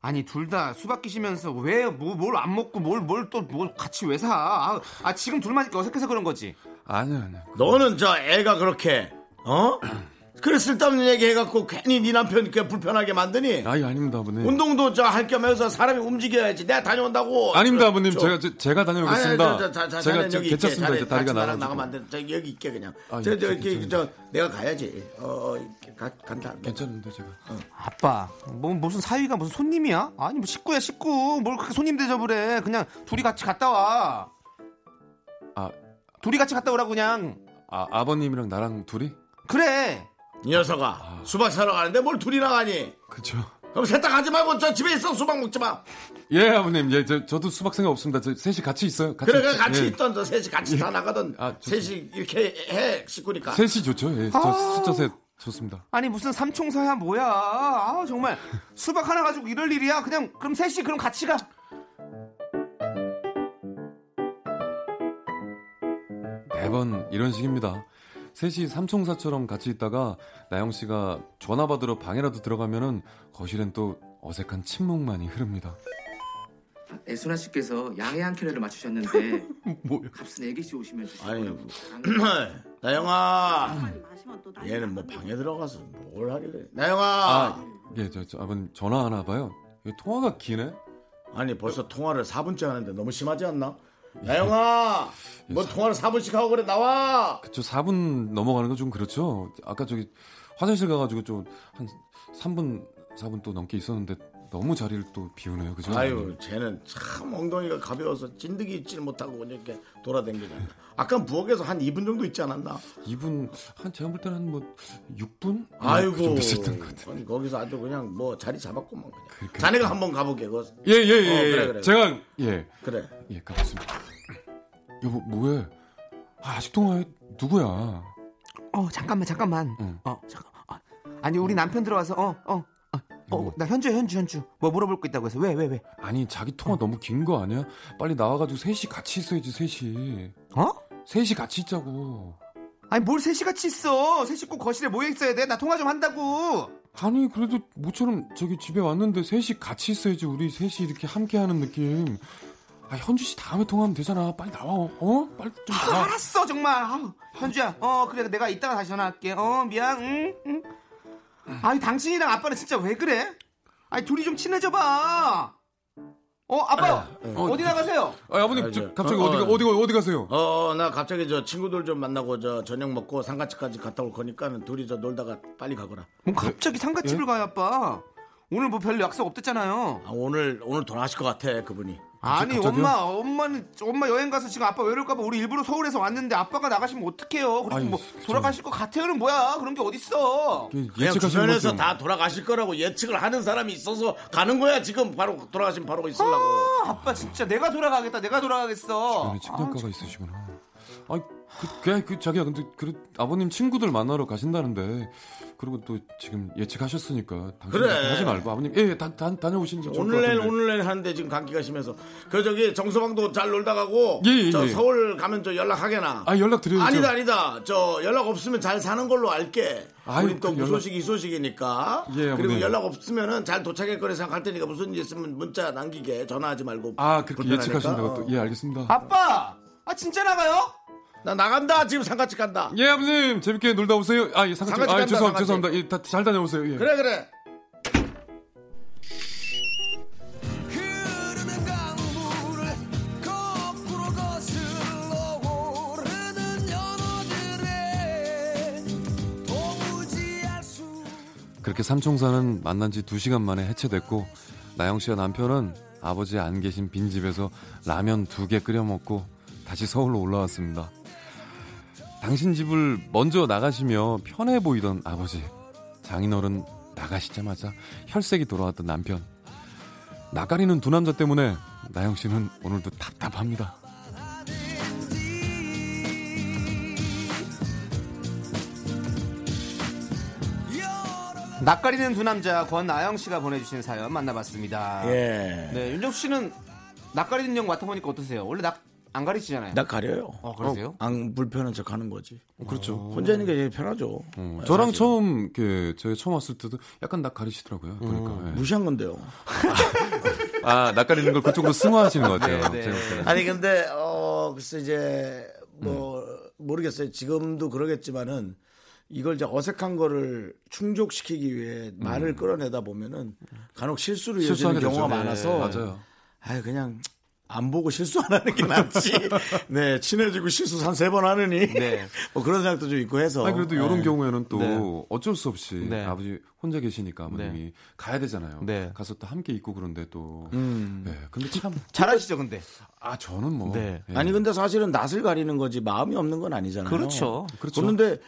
아니 둘 다 수박 끼시면서 왜 뭐, 뭘 안 먹고 뭘 뭘 또 뭘 같이 왜 사? 아, 아, 지금 둘만 어색해서 그런 거지. 아니야 아니야. 너는 저 애가 그렇게 어? 그래 쓸데없는 얘기 해갖고 괜히 네 남편 그 불편하게 만드니. 아니 네. 아닙니다 아버님. 운동도 저 할 겸 해서 사람이 움직여야지. 내가 다녀온다고. 아닙니다 저- 아버님 저- 제가 제- 제가 다녀오겠습니다. 아니, 저- 저- 저- 제가 자네는 저- 여기 있게. 괜찮습니다 자네 이제 다리가 같이 나랑 나가지고. 나가면 안 돼. 저 여기 있게 그냥. 아, 저, 예, 저, 괜찮습니다. 저, 저, 내가 가야지. 어, 가, 간다. 괜찮은데 제가. 아빠, 뭐 무슨 사위가 무슨 손님이야? 아니 뭐 식구야 식구. 뭘 그렇게 손님 대접을 해? 그냥 둘이 같이 갔다 와. 아, 둘이 같이 갔다 오라고 그냥. 아 아버님이랑 나랑 둘이? 그래. 이 녀석아 수박 사러 가는데 뭘 둘이나 가니? 그쵸. 그럼 세탁 하지 말고 저 집에 있어 수박 먹지 마. 예 아버님 예 저, 저도 수박 생각 없습니다. 저 셋이 같이 있어요. 같이 그래 그 있- 같이 예. 있던 저 셋이 같이 다 나가던 아, 좋습니다. 셋이 이렇게 해 식구니까. 셋이 좋죠. 예, 저 숫자 셋 좋습니다. 아니 무슨 삼총사야 뭐야? 아 정말 수박 하나 가지고 이럴 일이야? 그냥 그럼 셋이 그럼 같이 가. 매번 이런 식입니다. 셋이 삼총사처럼 같이 있다가 나영 씨가 전화 받으러 방에라도 들어가면은 거실엔 또 어색한 침묵만이 흐릅니다. 애순아 씨께서 양해 한 켤레를 맞추셨는데 뭐야? 값은 애기씨 오시면 주시고 아니 뭐, 나영아 얘는 뭐 방에 들어가서 뭘 하길래? 나영아 아, 예, 저, 저 아버님 전화 하나 봐요. 이 통화가 기네. 아. 니 벌써 통화를 4분째 하는데 너무 심하지 않나? 예. 나영아 뭐 통화를 4분씩 하고 그래 나와. 그쵸, 4분 넘어가는 거 좀 그렇죠. 아까 저기 화장실 가가지고 좀 한 3분, 4분 또 넘게 있었는데 너무 자리를 또 비우네요, 그죠? 아유, 쟤는 참 엉덩이가 가벼워서 찐득이 있질 못하고 그냥 이렇게 돌아댕기잖아. 아까 부엌에서 한 2분 정도 있지 않았나? 이분 한 제가 볼 때는 한뭐 6분? 아이고, 좀 비슷한 그 것 그러니까. 같아. 아니, 거기서 아주 그냥 뭐 자리 잡았구만. 그냥. 자네가 한번 가보게. 그거. 예, 예, 예. 어, 예. 그래, 그래. 제가 예, 그래. 예, 가겠습니다. 여보, 뭐해? 아, 아직 통화해? 누구야? 어 잠깐만 잠깐만. 응. 어 잠깐. 어, 아니 우리 남편 들어와서 어 어. 어, 어, 나 현주 현주 현주 뭐 물어볼 거 있다고 해서 왜 왜 왜? 아니, 자기 통화 너무 긴 거 아니야? 빨리 나와가지고 셋이 같이 있어야지, 셋이. 어? 셋이 같이 있자고. 아니 뭘 셋이 같이 있어? 셋이 꼭 거실에 모여 있어야 돼? 나 통화 좀 한다고. 아니 그래도 모처럼 저기 집에 왔는데 셋이 같이 있어야지 우리 셋이 이렇게 함께하는 느낌. 아 현주 씨 다음에 통화하면 되잖아. 빨리 나와. 어? 빨리 좀 아, 나와. 알았어 정말. 아우, 현주야. 어 그래 내가 이따가 다시 전화할게. 어 미안. 응. 응. 아니 당신이랑 아빠는 진짜 왜 그래? 아니 둘이 좀 친해져 봐. 어 아빠 어디 나가세요? 아 아버님 아, 저, 저, 갑자기 어, 어, 디가 어. 어디 가 어디 가세요? 어, 나 갑자기 저 친구들 좀 만나고 저 저녁 먹고 상가집까지 갔다 올 거니까는 둘이 저 놀다가 빨리 가거라. 뭐 갑자기 상가집을 가요 아빠? 오늘 뭐 별 약속 없댔잖아요. 아, 오늘, 오늘 돌아가실 것 같아, 그분이. 아니 갑자기요? 엄마 엄마는 엄마 여행 가서 지금 아빠 외로울까봐 우리 일부러 서울에서 왔는데 아빠가 나가시면 어떡해요? 그리고 아니, 뭐 그쵸. 돌아가실 것 같아요는 뭐야? 그런 게 어딨어? 이게 그냥 예측하시는 주변에서 거죠? 다 돌아가실 거라고 예측을 하는 사람이 있어서 가는 거야, 지금. 바로 돌아가시면 바로 있으려고. 아, 아빠 진짜 내가 돌아가겠다 내가 돌아가겠어. 주변에 네, 친정가가 있으시구나. 아니 그, 그냥 그 자기야 근데 그래 아버님 친구들 만나러 가신다는데 그리고 또 지금 예측하셨으니까 당신 그래. 하지 말고 아버님 예다 다녀오시는 게 좋을 것 오늘 같은데. 내일 오늘 내일 하는데 지금 감기가 심해서 그 저기 정서방도 잘 놀다 가고 예, 예, 저 예. 서울 가면 저 연락하게나 아 연락 드려요. 아니다 아니다 저 연락 없으면 잘 사는 걸로 알게 아유, 우리 또 그 연락- 무소식이 소식이니까 예, 아버님. 그리고 연락 없으면은 잘 도착할 거라 생각할 테니까 무슨 일 있으면 문자 남기게 전화하지 말고 아 그렇게 불편하니까. 예측하신다고 어. 또 예 알겠습니다. 아빠! 아 진짜 나가요? 나 나간다 지금 상가집 간다 예 아버님 재밌게 놀다 오세요. 아예 상가집 상가집 아 간다, 죄송 상가집. 죄송합니다. 예, 다, 잘 다녀오세요. 예. 그래 그래 흐르는 강물을 거꾸로 거슬러 오르는 연어들 그렇게 삼총사는 만난 지 2시간 만에 해체됐고 나영 씨와 남편은 아버지 안 계신 빈집에서 라면 두 개 끓여 먹고 다시 서울로 올라왔습니다. 당신 집을 먼저 나가시며 편해 보이던 아버지 장인어른 나가시자마자 혈색이 돌아왔던 남편 나가리는 두 남자 때문에 나영 씨는 오늘도 답답합니다. 낯가리는 두 남자 권아영 씨가 보내주신 사연 만나봤습니다. 예. 네, 윤정수 씨는 낯가리는 형 맡아보니까 어떠세요? 원래 낯안 가리시잖아요. 나 가려요. 어, 그러세요? 어, 안 불편한 척 하는 거지. 어. 그렇죠. 혼자 있는 게 제일 편하죠. 어, 네, 저랑 사실. 처음 그 저희 처음 왔을 때도 약간 낯가리시더라고요. 보니까 예. 무시한 건데요. 아 낯가리는 걸 그쪽으로 승화하시는 것 같아요. 네, 네. 제가 볼 때는. 아니 근데 어 글쎄 이제 뭐 모르겠어요. 지금도 그러겠지만은 이걸 이제 어색한 거를 충족시키기 위해 말을 끌어내다 보면은 간혹 실수로 이어지는 실수하게 경우가 되죠. 네, 많아서 맞아요. 아유, 그냥 안 보고 실수 안 하는 게 낫지. 네 친해지고 실수 한 세 번 하느니 네. 뭐 그런 생각도 좀 있고 해서. 아니 그래도 이런 네. 경우에는 또 네. 어쩔 수 없이 네. 아버지 혼자 계시니까 아버님이 가야 되잖아요. 네. 가서 또 함께 있고 그런데 또. 음. 네. 근데 참 아 잘하시죠, 근데. 저는 뭐. 네. 예. 아니 근데 사실은 낯을 가리는 거지 마음이 없는 건 아니잖아요. 그렇죠. 그렇죠. 런데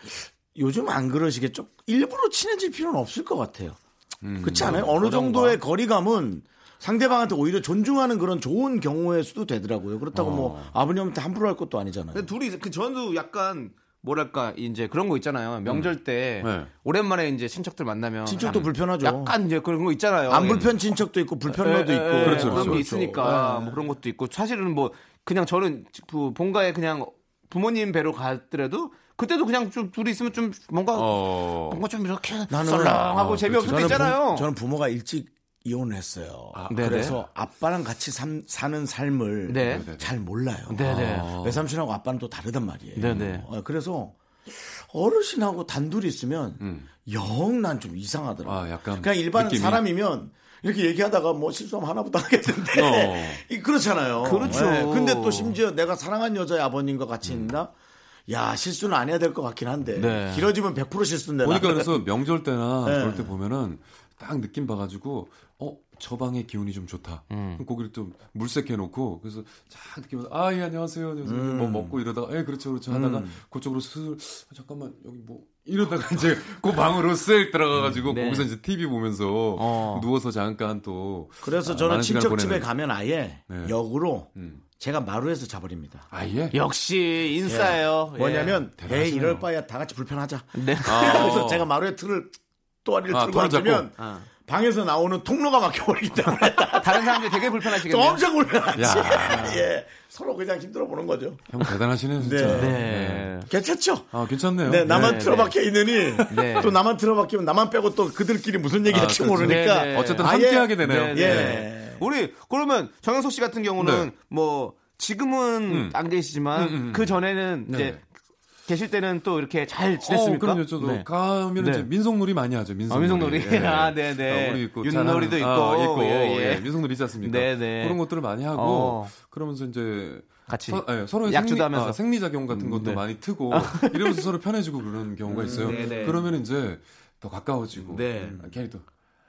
요즘 안 그러시겠죠? 일부러 친해질 필요는 없을 것 같아요. 음. 그렇지 않아요? 뭐 어느 정도의 거리감은 상대방한테 오히려 존중하는 그런 좋은 경우일 수도 되더라고요. 그렇다고 뭐 어. 아버님한테 함부로 할 것도 아니잖아요. 근데 둘이 이제 그 전도 약간 뭐랄까 이제 그런 거 있잖아요. 명절 때 네. 오랜만에 이제 친척들 만나면 음. 친척도 약간- 불편하죠. 약간 이제 그런 거 있잖아요. 안 불편 친척도 있고 불편러도 있고 예, 예, 그렇죠, 그런 그렇죠. 게 있으니까 예. 뭐 그런 것도 있고 사실은 뭐 그냥 저는 그 본가에 그냥 부모님 배로 갔더라도 그때도 그냥 좀 둘이 있으면 좀 뭔가 어. 뭔가 뭐 좀 이렇게 나는- 썰렁하고 어, 재미없을 때 그렇죠. 저는, 있잖아요. 부, 저는 부모가 일찍 이혼했어요. 네네. 그래서 아빠랑 같이 삼- 사는 삶을 네. 잘 몰라요. 네네. 아. 외삼촌하고 아빠는 또 다르단 말이에요. 네네. 어, 그래서 어르신하고 단둘이 있으면 영 난 좀 이상하더라고요. 음. 아, 약간 그냥 일반 느낌이. 사람이면 이렇게 얘기하다가 뭐 실수하면 하나보다 하겠는데 어. 이- 그렇잖아요. 네. 그렇죠. 근데 또 심지어 내가 사랑한 여자의 아버님과 같이 음. 있나? 야 실수는 안 해야 될 것 같긴 한데 네. 길어지면 100% 실수인데 보니까 나는- 그래서 명절 때나 네. 그럴 때 보면은 딱 느낌 봐가지고 어 저 방의 기운이 좀 좋다. 음. 그럼 고기를 좀 물색해 놓고 그래서 쫙 느끼면서 아 예 안녕하세요. 안녕하세요. 음. 뭐 먹고 이러다가 예 그렇죠 그렇죠 하다가 그쪽으로 슬 아, 잠깐만 여기 뭐 이러다가 이제 그 방으로 쓱 음. 들어가가지고 네. 거기서 이제 TV 보면서 어. 누워서 잠깐 또 그래서 아, 저는 많은 시간을 친척집에 보내는. 가면 아예 네. 역으로 음. 제가 마루에서 자버립니다. 아예 역시 인싸예요. 예. 뭐냐면 어, 대단하시네요. 어. 에이 이럴 바야 다 같이 불편하자. 네. 그래서 제가 마루에 틀을 또아리를 아, 들고 통을 잡고. 앉으면 아. 방에서 나오는 통로가 막혀버리기 때문에 다른 사람들이 되게 또 불편하시겠네요. 엄청 곤란하지. 야. 예, 서로 그냥 힘들어 보는 거죠. 형 대단하시네 진짜. 네. 네. 괜찮죠? 아 괜찮네요. 네, 나만 네, 틀어박혀 있느니 네. 또 나만 틀어박히면 나만 빼고 또 그들끼리 무슨 얘기할지 그렇죠. 모르니까 네, 네. 어쨌든 아예- 함께하게 되네요. 네, 예. 네. 우리 그러면 정영석 씨 같은 경우는 네. 뭐 지금은 안 계시지만 그 전에는 이제 계실 때는 또 이렇게 잘 지냈습니까? 어, 그럼요. 저도 네. 가면 네. 이제 민속놀이 많이 하죠. 아, 민속놀이. 민속놀이. 예. 아, 네네. 어, 우리 있고 윷놀이도 잘하는- 있고. 아, 있고. 예, 예. 예, 민속놀이 있지 않습니까? 네네. 그런 것들을 많이 하고 어. 그러면서 이제 같이 서, 예, 서로의 약주도 생리, 하면서. 아, 생리작용 같은 것도 네. 음, 많이 트고 이러면서 서로 편해지고 그런 경우가 있어요. 네네. 그러면 이제 더 가까워지고 네. 음, 괜히 또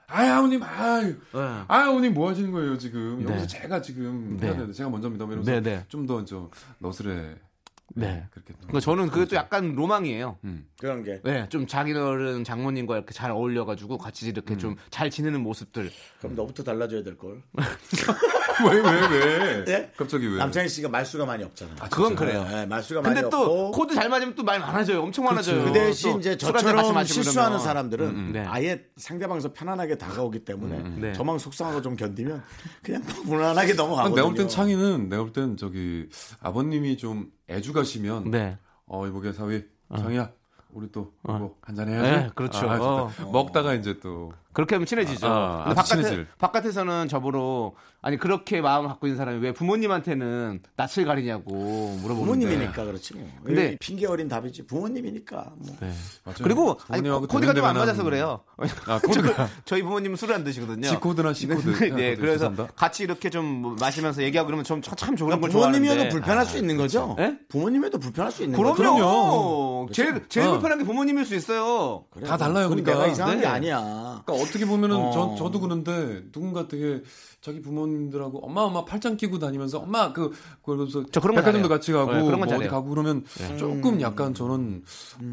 아유 아버님 아유 네. 아유 아버님 뭐 하시는 거예요 지금 네. 여기서 제가 지금 네. 해야 되는데 제가 먼저입니다 이러면서 네네. 좀더 좀 너스레 네. 그렇게 또. 그러니까 저는 그게 또 약간 로망이에요. 음. 그런 게 네, 좀 자기들은 장모님과 이렇게 잘 어울려가지고 같이 이렇게 좀 잘 지내는 모습들. 그럼 너부터 달라져야 될 걸. 왜 왜 왜? 네? 갑자기 왜? 남창희 씨가 말수가 많이 없잖아요. 그건 그래요. 예, 말수가 많이 근데 또 없고 코드 잘 맞으면 또 말 많아져요. 엄청 많아져요. 그 또 대신 이제 술 한잔 같이 저처럼 마시고 실수하는 그러면. 사람들은 네. 아예 상대방에서 편안하게 다가오기 때문에 네. 저만 속상하고 좀 견디면 그냥 무난하게 넘어가거든요. 내가 볼땐 창의는 내가 볼 땐 저기 아버님이 좀 애주가시면 네. 어 이보게 사위 창이야 우리 또 이거 한잔 해야지 어. 네, 그렇죠. 아, 진짜. 어. 먹다가 이제 또 그렇게 하면 친해지죠. 아, 근데 아주 친해질. 바깥에, 서는 저보로 아니 그렇게 마음 갖고 있는 사람이 왜 부모님한테는 낯을 가리냐고 물어보는데 부모님이니까 그렇지. 뭐. 근데- 네. 핑계 어린 답이지. 부모님이니까. 뭐. 그리고 아니, 부모님하고 코디가 좀 안 대면대면한- 맞아서 그래요. 아, 코드가. 저희 부모님 술을 안 드시거든요. 지코드나 시코드. 네, 네, 아, 코드 그래서 죄송합니다. 같이 이렇게 좀 뭐 마시면서 얘기하고 그러면 좀, 참- 참 좋은 걸 그러니까 좋아하는데. 예? 아, 부모님이어도 불편할 수 있는 거죠? 부모님에도 불편할 수 있는 그럼요. 거죠? 제일 제일 어. 불편한 게 부모님일 수 있어요. 다 달라요. 그러니까 내가 이상한 네. 게 아니야. 그러니까 어떻게 보면은 어. 전, 저도 그런데 누군가 되게 자기 부모님들하고 엄마 엄마 팔짱 끼고 다니면서 엄마 그 그러면서 저 그런 건 잘해요. 백화점도 같이 가고 네, 그런 건 뭐 어디 잘해요. 가고 그러면 네. 음. 조금 약간 저는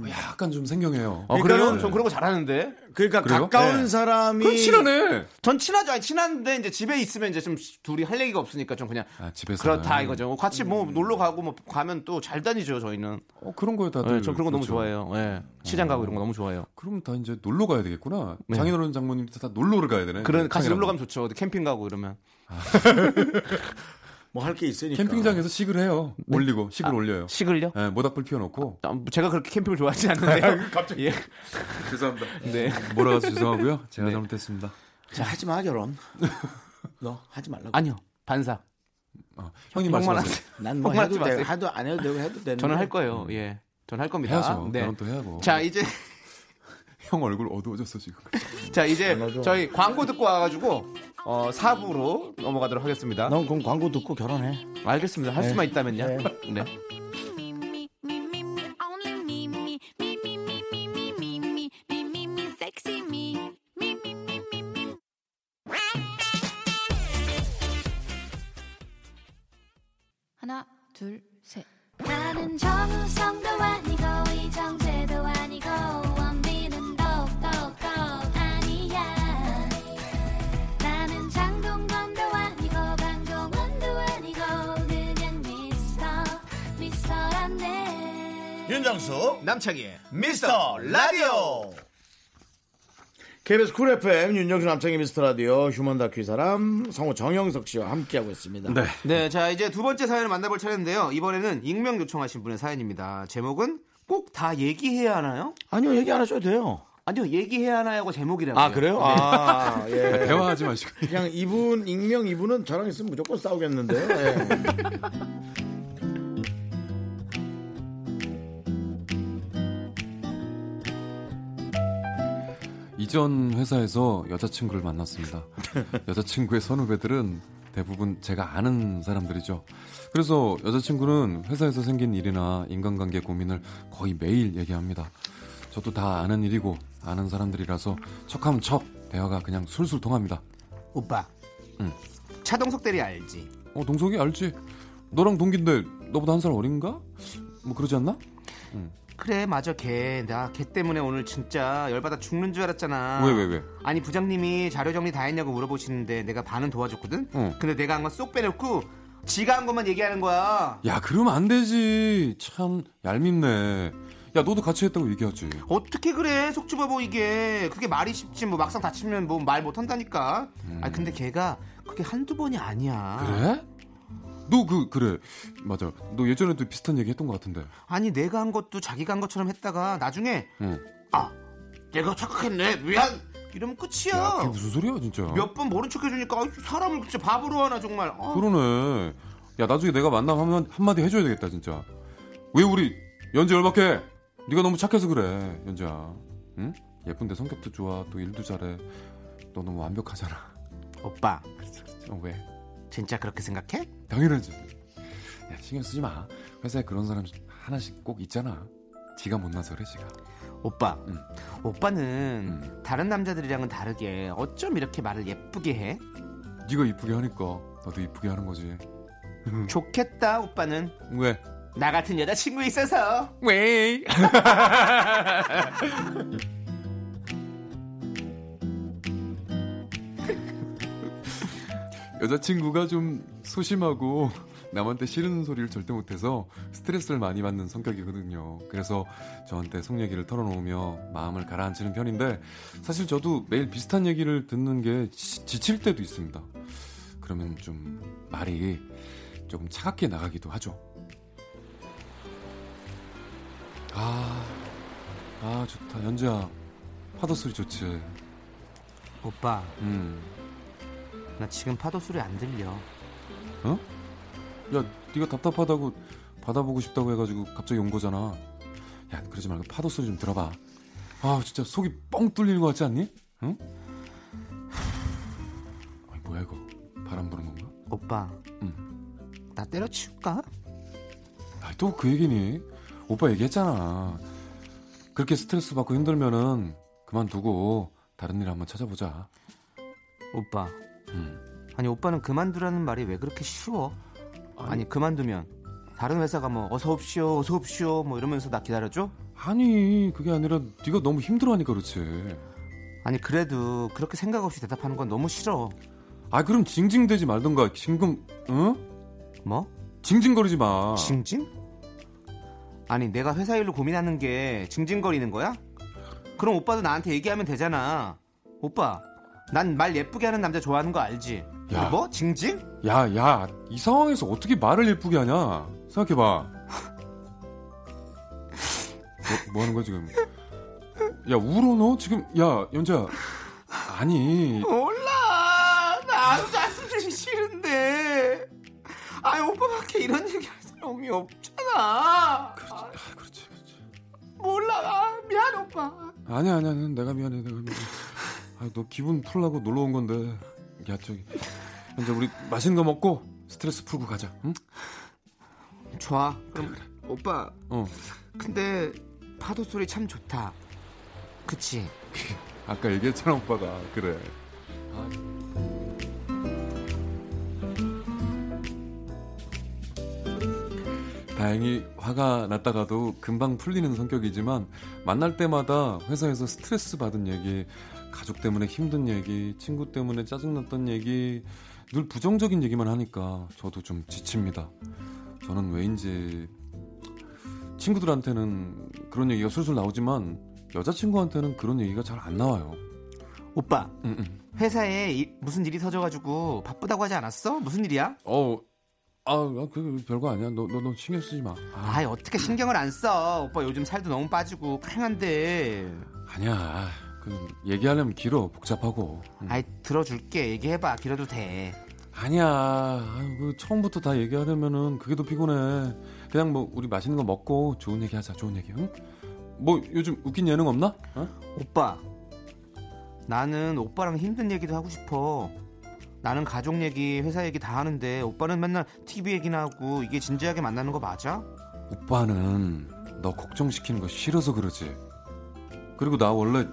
약간 좀 생경해요. 어, 그래요? 전 그런 거 잘하는데. 예. 그러니까 그래요? 가까운 네. 사람이 그럼 친하네. 전 친하죠. 아니, 친한데 이제 집에 있으면 이제 좀 둘이 할 얘기가 없으니까 좀 그냥 아, 집에서 네. 그렇다 이거죠. 같이 뭐 놀러 가고 뭐 가면 또 잘 다니죠 저희는. 어, 그런 거요 다들. 네, 전 그런 거 너무 그렇죠. 좋아해요. 예. 시장 가고 이런 거 너무 좋아해요. 그럼 다 이제 놀러 가야 되겠구나. 네. 장인어른 장모님 다 놀러를 가야 되네. 그런 같이 평일하고. 놀러 가면 좋죠. 어디 캠핑 가고 이러면. 뭐 할 게 있으니까. 캠핑장에서 식을 해요. 올리고 식을 아, 올려요. 식을요? 예, 모닥불 피워놓고. 아, 제가 그렇게 캠핑을 좋아하지 않는데요. 갑자기. 예. 죄송합니다. 네. 몰아가서 죄송하고요. 네. 제가 잘못했습니다. 자, 하지 마 결혼. 너 하지 말라고. 아니요. 반사. 어, 형님 욕만 말씀하세요. 하세요. 난뭐 욕만 해도 하지 돼. 마세요. 해도 안 해도 되고 해도 되는. 저는 할 거예요. 예. 저는 할 겁니다. 네. 해야죠. 결혼 또 해야고. 자, 이제 형 얼굴 어두워졌어 지금. 자, 이제 저희 광고 듣고 와 가지고 어, 4부로 넘어가도록 하겠습니다. 넌 그럼 광고 듣고 결혼해. 알겠습니다. 할 네. 수만 있다면요. 네. 하나, 둘, 셋. 나는 정우성도 아니고 이정재도 아니고 원빈은 더욱더 아니야 나는 장동건도 아니고 방종원도 아니고 그냥 미스터 미스터란데 윤정수 남창희의 미스터 라디오. KBS 쿨 FM 윤정수 남창희 미스터 라디오 휴먼 다큐 이 사람 성우 정영석 씨와 함께하고 있습니다. 네. 네, 자 이제 두 번째 사연을 만나볼 차례인데요. 이번에는 익명 요청하신 분의 사연입니다. 제목은 꼭 다 얘기해야 하나요? 아니요 얘기 안 하셔도 돼요. 아니요, 얘기해야 하나요고 제목이라고. 아 그래요? 아 아, 예. 대화하지 마시고. 그냥 이분 익명 이분은 저랑 있으면 무조건 싸우겠는데요. 예. 이전 회사에서 여자친구를 만났습니다. 여자친구의 선후배들은 대부분 제가 아는 사람들이죠. 그래서 여자친구는 회사에서 생긴 일이나 인간관계 고민을 거의 매일 얘기합니다. 저도 다 아는 일이고 아는 사람들이라서 척하면 척 대화가 그냥 술술 통합니다. 오빠. 응. 차동석 대리 알지? 어 동석이 알지? 너랑 동기인데 너보다 한 살 어린가? 뭐 그러지 않나? 그래, 맞아, 걔. 나 걔 때문에 오늘 진짜 열받아 죽는 줄 알았잖아. 왜 왜 왜? 아니 부장님이 자료 정리 다 했냐고 물어보시는데 내가 반은 도와줬거든. 응. 근데 내가 한 건 쏙 빼놓고 지가 한 것만 얘기하는 거야. 야 그러면 안 되지. 참 얄밉네. 야 너도 같이 했다고 얘기하지. 어떻게 그래 속 좁아 보이게 그게 말이 쉽지 뭐 막상 다치면 뭐 말 못한다니까 아 근데 걔가 그게 한두 번이 아니야 음. 그래? 너 그 그래 맞아 너 예전에도 비슷한 얘기 했던 것 같은데 아니 내가 한 것도 자기가 한 것처럼 했다가 나중에 응. 아 내가 착각했네 미안 이러면 야 아, 그게 끝이야 무슨 소리야 진짜 어. 몇 번 모른 척 해주니까 아이, 사람을 진짜 바보로 하나 정말 아, 그러네 야 나중에 내가 만나면 한, 한마디 해줘야 되겠다 진짜 왜 우리 연지 열받게 네가 너무 착해서 그래 연지야 응? 예쁜데 성격도 좋아 또 일도 잘해 너 너무 완벽하잖아 오빠 어, 왜? 진짜 그렇게 생각해? 당연하지 야 신경 쓰지 마 회사에 그런 사람 하나씩 꼭 있잖아 지가 못나서 그래 지가 오빠 응. 오빠는 다른 남자들이랑은 다르게 어쩜 이렇게 말을 예쁘게 해? 네가 이쁘게 하니까 나도 이쁘게 하는 거지 좋겠다 오빠는 왜? 나 같은 여자친구 있어서 왜? 여자친구가 좀 소심하고 남한테 싫은 소리를 절대 못해서 스트레스를 많이 받는 성격이거든요. 그래서 저한테 속 얘기를 털어놓으며 마음을 가라앉히는 편인데 사실 저도 매일 비슷한 얘기를 듣는 게 지- 지칠 때도 있습니다. 그러면 좀 말이 조금 차갑게 나가기도 하죠. 아, 아 좋다 연주야 파도 소리 좋지. 오빠. 음. 나 지금 파도 소리 안 들려. 어? 야, 네가 답답하다고 받아보고 싶다고 해가지고 갑자기 온 거잖아. 야, 그러지 말고 파도 소리 좀 들어봐. 아, 진짜 속이 뻥 뚫리는 거 같지 않니? 응? 아니, 뭐야 이거? 바람 부는 건가? 오빠. 나 때려치울까? 아, 또 그 얘기니? 오빠 얘기했잖아. 그렇게 스트레스 받고 힘들면은 그만두고 다른 일 한번 찾아보자. 오빠. 아니 오빠는 그만두라는 말이 왜 그렇게 쉬워? 음. 아니, 그만두면 다른 회사가 뭐 어서 옵시오, 어서 옵시오 뭐 이러면서 나 기다려줘? 아니 그게 아니라 네가 너무 힘들어하니까 그렇지. 아니 그래도 그렇게 생각 없이 대답하는 건 너무 싫어. 아 그럼 징징대지 말던가 징금 응? 뭐? 징징거리지 어. 마. 징징? 아니 내가 회사 일로 고민하는 게 징징거리는 거야? 그럼 오빠도 나한테 얘기하면 되잖아. 오빠, 난 말 예쁘게 하는 남자 좋아하는 거 알지? 야. 뭐 징징? 야, 야, 이 상황에서 어떻게 말을 예쁘게 하냐? 생각해봐. 뭐, 뭐 하는 거야, 지금? 야, 울어, 너? 지금, 야, 연자. 아니. 몰라. 나도 자수들이 싫은데. 아니 오빠밖에 이런 얘기할 사람이 없잖아. 그렇지, 그렇지, 그렇지. 몰라, 아, 미안 오빠. 아니, 아니, 아니. 내가 미안해, 내가 미안해. 아, 너 기분 풀라고 놀러 온 건데. 야, 저기. 이제 우리 맛있는 거 먹고 스트레스 풀고 가자, 응? 좋아. 그럼 오빠. 어. 근데 파도 소리 참 좋다. 그치? 아까 얘기했잖아, 오빠가. 그래. 다행히 화가 났다가도 금방 풀리는 성격이지만 만날 때마다 회사에서 스트레스 받은 얘기, 가족 때문에 힘든 얘기, 친구 때문에 짜증났던 얘기, 늘 부정적인 얘기만 하니까 저도 좀 지칩니다. 저는 왜인지 친구들한테는 그런 얘기가 술술 나오지만 여자친구한테는 그런 얘기가 잘 안 나와요. 오빠. 응, 응. 회사에 이- 무슨 일이 터져가지고 바쁘다고 하지 않았어? 무슨 일이야? 어, 아, 아, 그 별거 아니야. 너, 너, 너 신경 쓰지 마. 아, 아이 어떻게 신경을 안 써? 오빠 요즘 살도 너무 빠지고 팽한데. 아니야. 그 얘기하려면 길어, 복잡하고. 음, 아이 들어줄게. 얘기해봐. 길어도 돼. 아니야. 아유, 그 처음부터 다 얘기하려면은 그게 더 피곤해. 그냥 뭐 우리 맛있는 거 먹고 좋은 얘기 하자. 좋은 얘기. 응? 뭐 요즘 웃긴 예능 없나? 어? 오빠. 나는 오빠랑 힘든 얘기도 하고 싶어. 나는 가족 얘기, 회사 얘기 다 하는데 오빠는 맨날 TV 얘기나 하고 이게 진지하게 만나는 거 맞아? 오빠는 너 걱정시키는 거 싫어서 그러지. 그리고 나 원래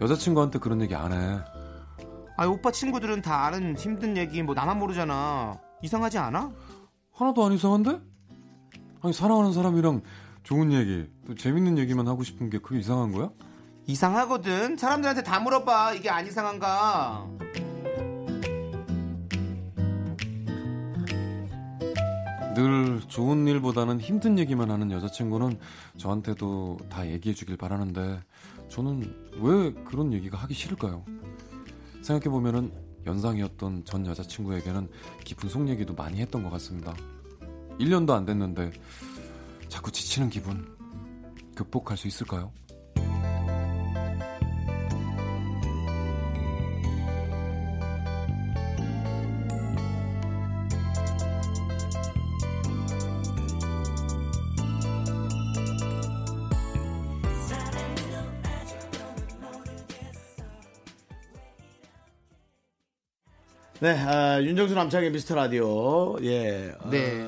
여자친구한테 그런 얘기 안 해. 아 오빠 친구들은 다 아는 힘든 얘기 뭐 나만 모르잖아. 이상하지 않아? 하나도 안 이상한데? 아니 사랑하는 사람이랑 좋은 얘기, 또 재밌는 얘기만 하고 싶은 게 그게 이상한 거야? 이상하거든. 사람들한테 다 물어봐. 이게 안 이상한가? 늘 좋은 일보다는 힘든 얘기만 하는 여자친구는 저한테도 다 얘기해 주길 바라는데 저는 왜 그런 얘기가 하기 싫을까요? 생각해 보면은 연상이었던 전 여자친구에게는 깊은 속 얘기도 많이 했던 것 같습니다. 1년도 안 됐는데 자꾸 지치는 기분 극복할 수 있을까요? 네, 아, 윤정수 남창의 미스터 라디오. 예. 어, 네.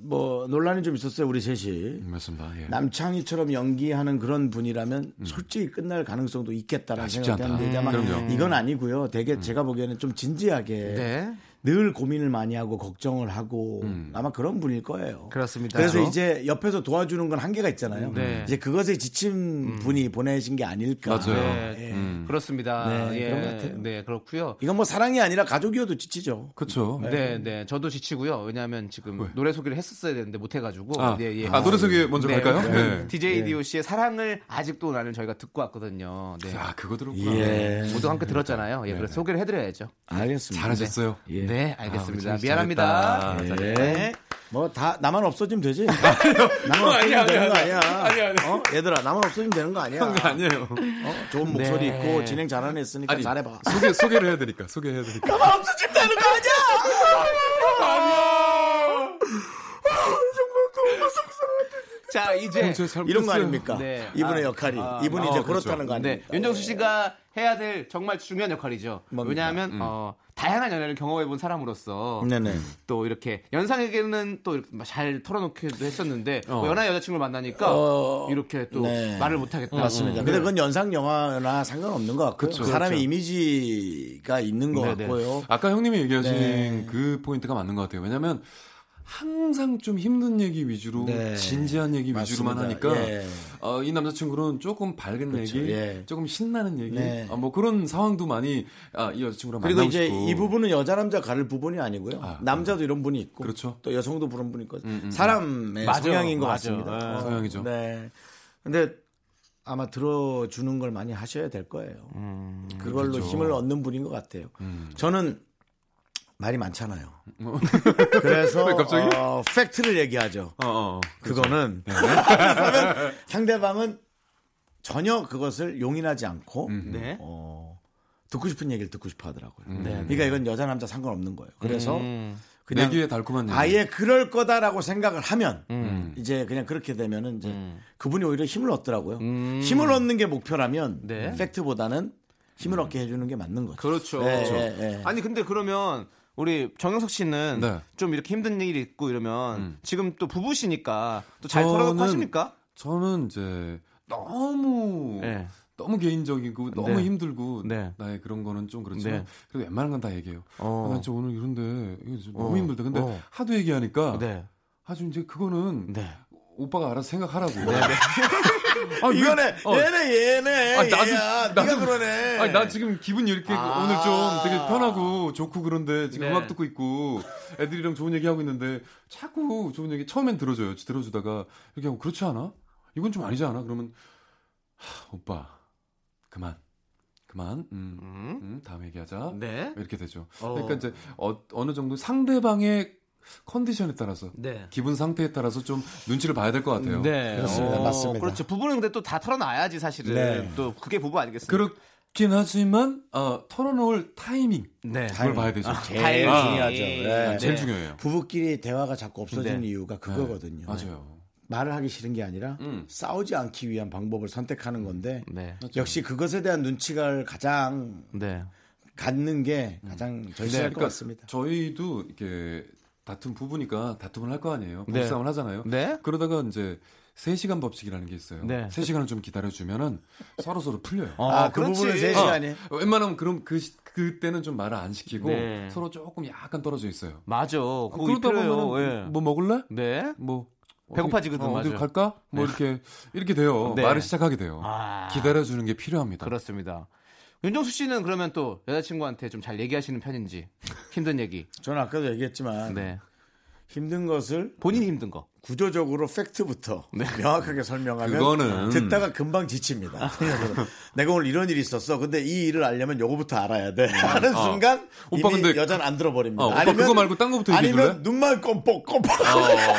뭐, 논란이 좀 있었어요, 우리 셋이. 맞습니다. 예. 남창희처럼 연기하는 그런 분이라면 솔직히 끝날 가능성도 있겠다라는 아, 쉽지 생각이 않다. 드는데 아마 음, 그럼요. 이건 아니고요. 되게 제가 보기에는 좀 진지하게 네. 늘 고민을 많이 하고 걱정을 하고 아마 그런 분일 거예요. 그렇습니다. 그래서 이제 옆에서 도와주는 건 한계가 있잖아요. 네. 이제 그것에 지친 분이 보내신 게 아닐까. 맞아요. 네. 예. 음. 그렇습니다. 네, 예. 그런 것 같아요. 네, 그렇고요. 이건 뭐 사랑이 아니라 가족이어도 지치죠. 그렇죠. 네, 네. 저도 지치고요. 왜냐하면 지금 노래 소개를 했었어야 되는데 못 해가지고. 아. 네, 예. 아, 노래 소개 먼저 네, 갈까요? 그러면 네. DJ 네. DOC의 사랑을 아직도 나는 저희가 듣고 왔거든요. 네. 아, 네. 그거 들었구나. 예. 모두 함께 들었잖아요. 예, 그래서 소개를 해드려야죠. 네. 알겠습니다. 잘하셨어요. 네, 알겠습니다. 예. 아, 우리 진짜 미안합니다. 잘했다. 네. 뭐 다 나만 없어지면 되지. 나만 형, 아니야, 없어지면 되는 거 아니야, 아니야. 아니야, 아니야. 어? 얘들아 나만 없어지면 되는 거 아니야. 그런 거 아니에요. 어? 좋은 목소리 네. 있고 진행 잘하는 애 있으니까 아니, 잘해봐. 소개 소개를 해드릴까 소개를 해드릴까. 나만 없어지면 되는 거 아니야. 자 아, 어, 이제 이런 거 아닙니까? 네. 이분의 아, 역할이 아, 이분이 아, 이제 그렇죠. 그렇다는 거 아닙니까? 네. 윤정수 씨가 해야 될 정말 중요한 역할이죠. 왜냐하면 어, 다양한 연애를 경험해본 사람으로서 음. 네네. 또 이렇게 연상에게는 또 잘 털어놓기도 했었는데 어. 뭐 연하 여자친구를 만나니까 어, 이렇게 또 네. 말을 못하겠다. 맞습니다. 그러니까 음. 근데 그건 연상 영화나 상관없는 것 같고요. 그렇죠. 사람의 그렇죠. 이미지가 있는 네, 것 같고요. 아까 형님이 얘기하신 네. 그 포인트가 맞는 것 같아요. 왜냐면 항상 좀 힘든 얘기 위주로 네. 진지한 얘기 위주로만 맞습니다. 하니까 예. 어, 이 남자친구는 조금 밝은 그렇죠. 얘기, 예. 조금 신나는 얘기, 네. 아, 뭐 그런 상황도 많이 아, 이 여자친구랑 그리고 만나고 이제 싶고. 이 부분은 여자 남자 가릴 부분이 아니고요. 남자도 이런 분이 있고 그렇죠. 또 여성도 그런 분이 있고 사람의 음, 맞아, 성향인 것 맞아. 같습니다. 아, 성향이죠. 네. 근데 아마 들어주는 걸 많이 하셔야 될 거예요. 그걸로 음, 그렇겠죠. 힘을 얻는 분인 것 같아요. 음. 뭐. 저는 말이 많잖아요. 그래서 왜 갑자기? 어, 팩트를 얘기하죠. 어, 어, 그렇죠. 그거는 네. 그러면 상대방은 전혀 그것을 용인하지 않고 네. 어, 듣고 싶은 얘기를 듣고 싶어 하더라고요. 네. 그러니까 이건 여자 남자 상관없는 거예요. 그래서 음. 그냥 내기의 달콤한 얘기. 아예 그럴 거다라고 생각을 하면 음. 이제 그냥 그렇게 되면은 이제 그분이 오히려 힘을 얻더라고요. 힘을 얻는 게 목표라면 네. 팩트보다는 힘을 얻게 해주는 게 맞는 거죠. 그렇죠. 네, 그렇죠. 네, 네. 아니 근데 그러면 우리 정영석 씨는 네. 좀 이렇게 힘든 일이 있고 이러면 지금 또 부부시니까 또 잘 저는- 털어놓고 하십니까? 저는 이제 너무 네. 너무 개인적이고 너무 네. 힘들고 네. 나의 그런 거는 좀 그렇지만 네. 그래도 웬만한 건 다 얘기해요. 어. 아, 나저 오늘 이런데 이거 진짜 너무 어. 힘들다. 근데 어. 하도 얘기하니까 네. 아주 이제 네. 그거는 오빠가 알아서 생각하라고. 아, 이거네 얘네 얘네 아니, 나도- 얘야 나도- 네가 그러네. 아니, 나 지금 기분 이렇게 아. 오늘 좀 되게 편하고 좋고 그런데 지금 네. 음악 듣고 있고 애들이랑 좋은 얘기 하고 있는데 자꾸 좋은 얘기 처음엔 들어줘요. 들어주다가 이렇게 하고 그렇지 않아? 이건 좀 아니지 않아? 그러면 하, 오빠 그만. 그만. 음, 음, 다음 얘기하자. 네. 이렇게 되죠. 어. 그러니까 이제 어, 어느 정도 상대방의 컨디션에 따라서 네. 기분 상태에 따라서 좀 눈치를 봐야 될 것 같아요. 어, 그렇죠. 부부는 근데 또 다 털어놔야지 사실은 네. 또 그게 부부 아니겠습니까? 그렇긴 하지만 어, 털어놓을 타이밍 네. 그걸 봐야 되죠. 아, 제일 아, 중요하죠. 예. 네, 제일 중요해요. 부부끼리 대화가 자꾸 없어지는 네. 이유가 그거거든요. 네, 맞아요. 말을 하기 싫은 게 아니라 음. 싸우지 않기 위한 방법을 선택하는 건데 네. 역시 그것에 대한 눈치가 가장 네. 갖는 게 가장 절실할 것 그러니까 같습니다. 저희도 이렇게 다툰 부부니까 다툼을 할 거 아니에요. 네. 부부싸움을 하잖아요. 네. 그러다가 이제 3시간 법칙이라는 게 있어요. 네. 어. 3시간을 좀 기다려주면은 서로서로 풀려요. 아, 아, 그 그렇지. 부분은 세 시간이에요? 어, 웬만하면 그럼 그, 시- 그때는 좀 말을 안 시키고 네. 서로 조금 약간 떨어져 있어요. 맞아. 그거 그러다 필요해요. 보면은 예. 뭐 먹을래? 네. 뭐 배고파지거든, 어디, 어, 맞아요. 디 갈까? 뭐 네. 이렇게 이렇게 돼요. 네. 아. 그렇죠. 말을 시작하게 돼요. 기다려주는 게 필요합니다. 그렇습니다. 윤정수 씨는 그러면 또 여자친구한테 좀 잘 얘기하시는 편인지 힘든 얘기. 저는 아까도 네. 얘기했지만 네. 힘든 것을 본인이 힘든 거 구조적으로 팩트부터 명확하게 설명하면 네. 그거는- 아. 듣다가 금방 지칩니다. 내가 오늘 이런 일이 있었어. 근데 이 일을 알려면 요거부터 알아야 돼. 하는 어. 순간 오빠 이미 근데- 여자는 안 들어버립니다. 어, 오빠 그거 말고 딴 거부터 얘기해줄래? 아니면 눈만 꼼뻑꼼뻑. 어. 음.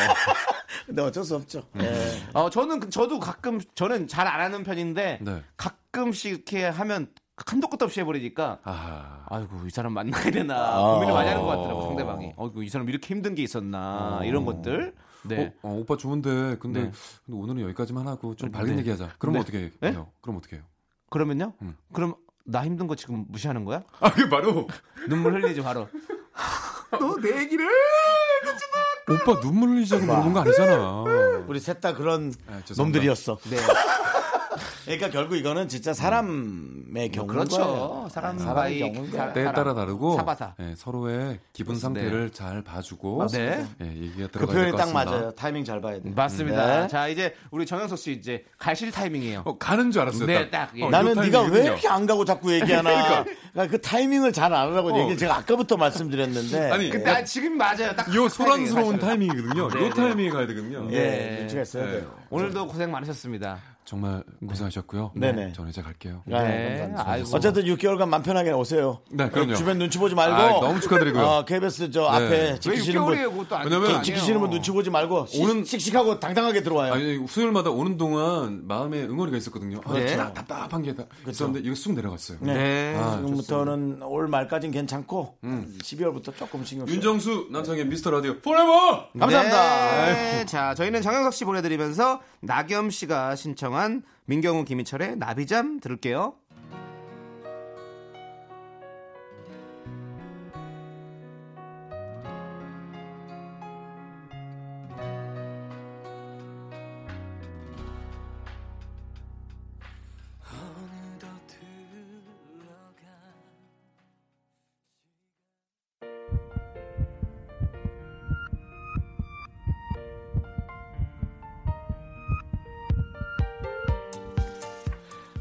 근데 어쩔 수 없죠. 예. 어, 저는 그- 저도 가끔 저는 잘 안 하는 편인데 가끔씩 이렇게 하면 한도 끝도 없이 해버리니까 아, 이고이 사람 만나야 되나 아. 고민을 많이 하는 것 같더라고 상대방이. 어이구 이 사람 이렇게 힘든 게 있었나 이런 것들. 네. 어, 어, 오빠 좋은데 근데, 네. 근데 오늘은 여기까지만 하고 좀 밝은 네. 얘기하자. 그럼 네. 어떻게 네? 해요? 그럼 어떻게 해요? 그러면요? 그럼 나 힘든 거 지금 무시하는 거야? 아, 그 바로 눈물 흘리지 바로. 너 내 얘기를 오빠 눈물 흘리자고 물어본 거 아니잖아. 네, 우리 셋 다 그런 죄송합니다. 놈들이었어. 네. 그러니까 결국 이거는 진짜 사람의 음, 경우인 그렇죠. 거예요. 사람 네, 사람의 바이 경우인 거야. 때에 따라 다르고 사바사. 예, 서로의 기분 네. 상태를 잘 봐주고 맞습니다. 예, 얘기가 아, 그 들어가야 표현이 될것 딱 같습니다. 맞아요. 타이밍 잘 봐야 돼요. 네. 맞습니다. 네. 자 이제 우리 정영석 씨 이제 가실 타이밍이에요. 가는 줄 알았어요, 네, 딱. 딱. 예. 어, 나는 요 네가 왜 타이밍이군요. 이렇게 안 가고 자꾸 얘기하나. 그러니까 그 타이밍을 잘 알으라고 어. 얘기 제가 아까부터 말씀드렸는데. 예. 아니, 근데 네. 나 지금 맞아요. 딱. 요 그 소란스러운 타이밍이에요, 사실은. 타이밍이거든요. 네, 요 네. 타이밍에 가야 예, 되거든요. 눈치가 있어야 돼요. 오늘도 고생 많으셨습니다. 정말 고생하셨고요. 네네. 저는 이제 갈게요. 아, 감사합니다. 어쨌든 6개월간 맘 편하게 오세요. 네, 그럼요. 주변 눈치 보지 말고. 아, 너무 축하드리고요. 어, KBS 저 네. 왜 앞에 지키시는 분. 6개월이에요? 그것도 아니- 왜냐면 지키시는 분 눈치 보지 말고 오는 씩씩하고 당당하게 들어와요. 아니 수요일마다 오는 동안 마음에 응어리가 있었거든요. 아, 네. 나 답답한 게 다. 있었는데 이거 쑥 내려갔어요. 네. 아, 지금부터는 올 말까지는 괜찮고 12월부터 조금 신경 써요. 윤정수 남성의 미스터 라디오 포레버. 감사합니다. 네, 자, 저희는 장영석 씨 보내드리면서 나겸 씨가 신청한 민경훈 김희철의 나비잠 들을게요.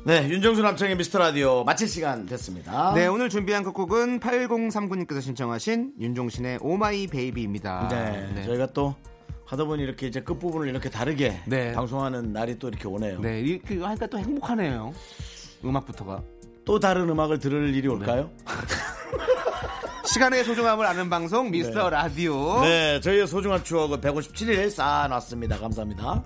네, 윤정수 남창의 미스터 라디오 마칠 시간 됐습니다. 네, 오늘 준비한 끝곡은 8039님께서 신청하신 윤종신의 오마이 베이비입니다. 네, 저희가 또 하다 보니 이렇게 이제 끝부분을 이렇게 다르게 네. 방송하는 날이 또 이렇게 오네요. 네, 이렇게 하니까 또 행복하네요. 음악부터가. 또 다른 음악을 들을 일이 올까요? 시간의 소중함을 아는 방송 미스터 네. 라디오. 네, 저희의 소중한 추억은 157일 쌓아놨습니다. 감사합니다.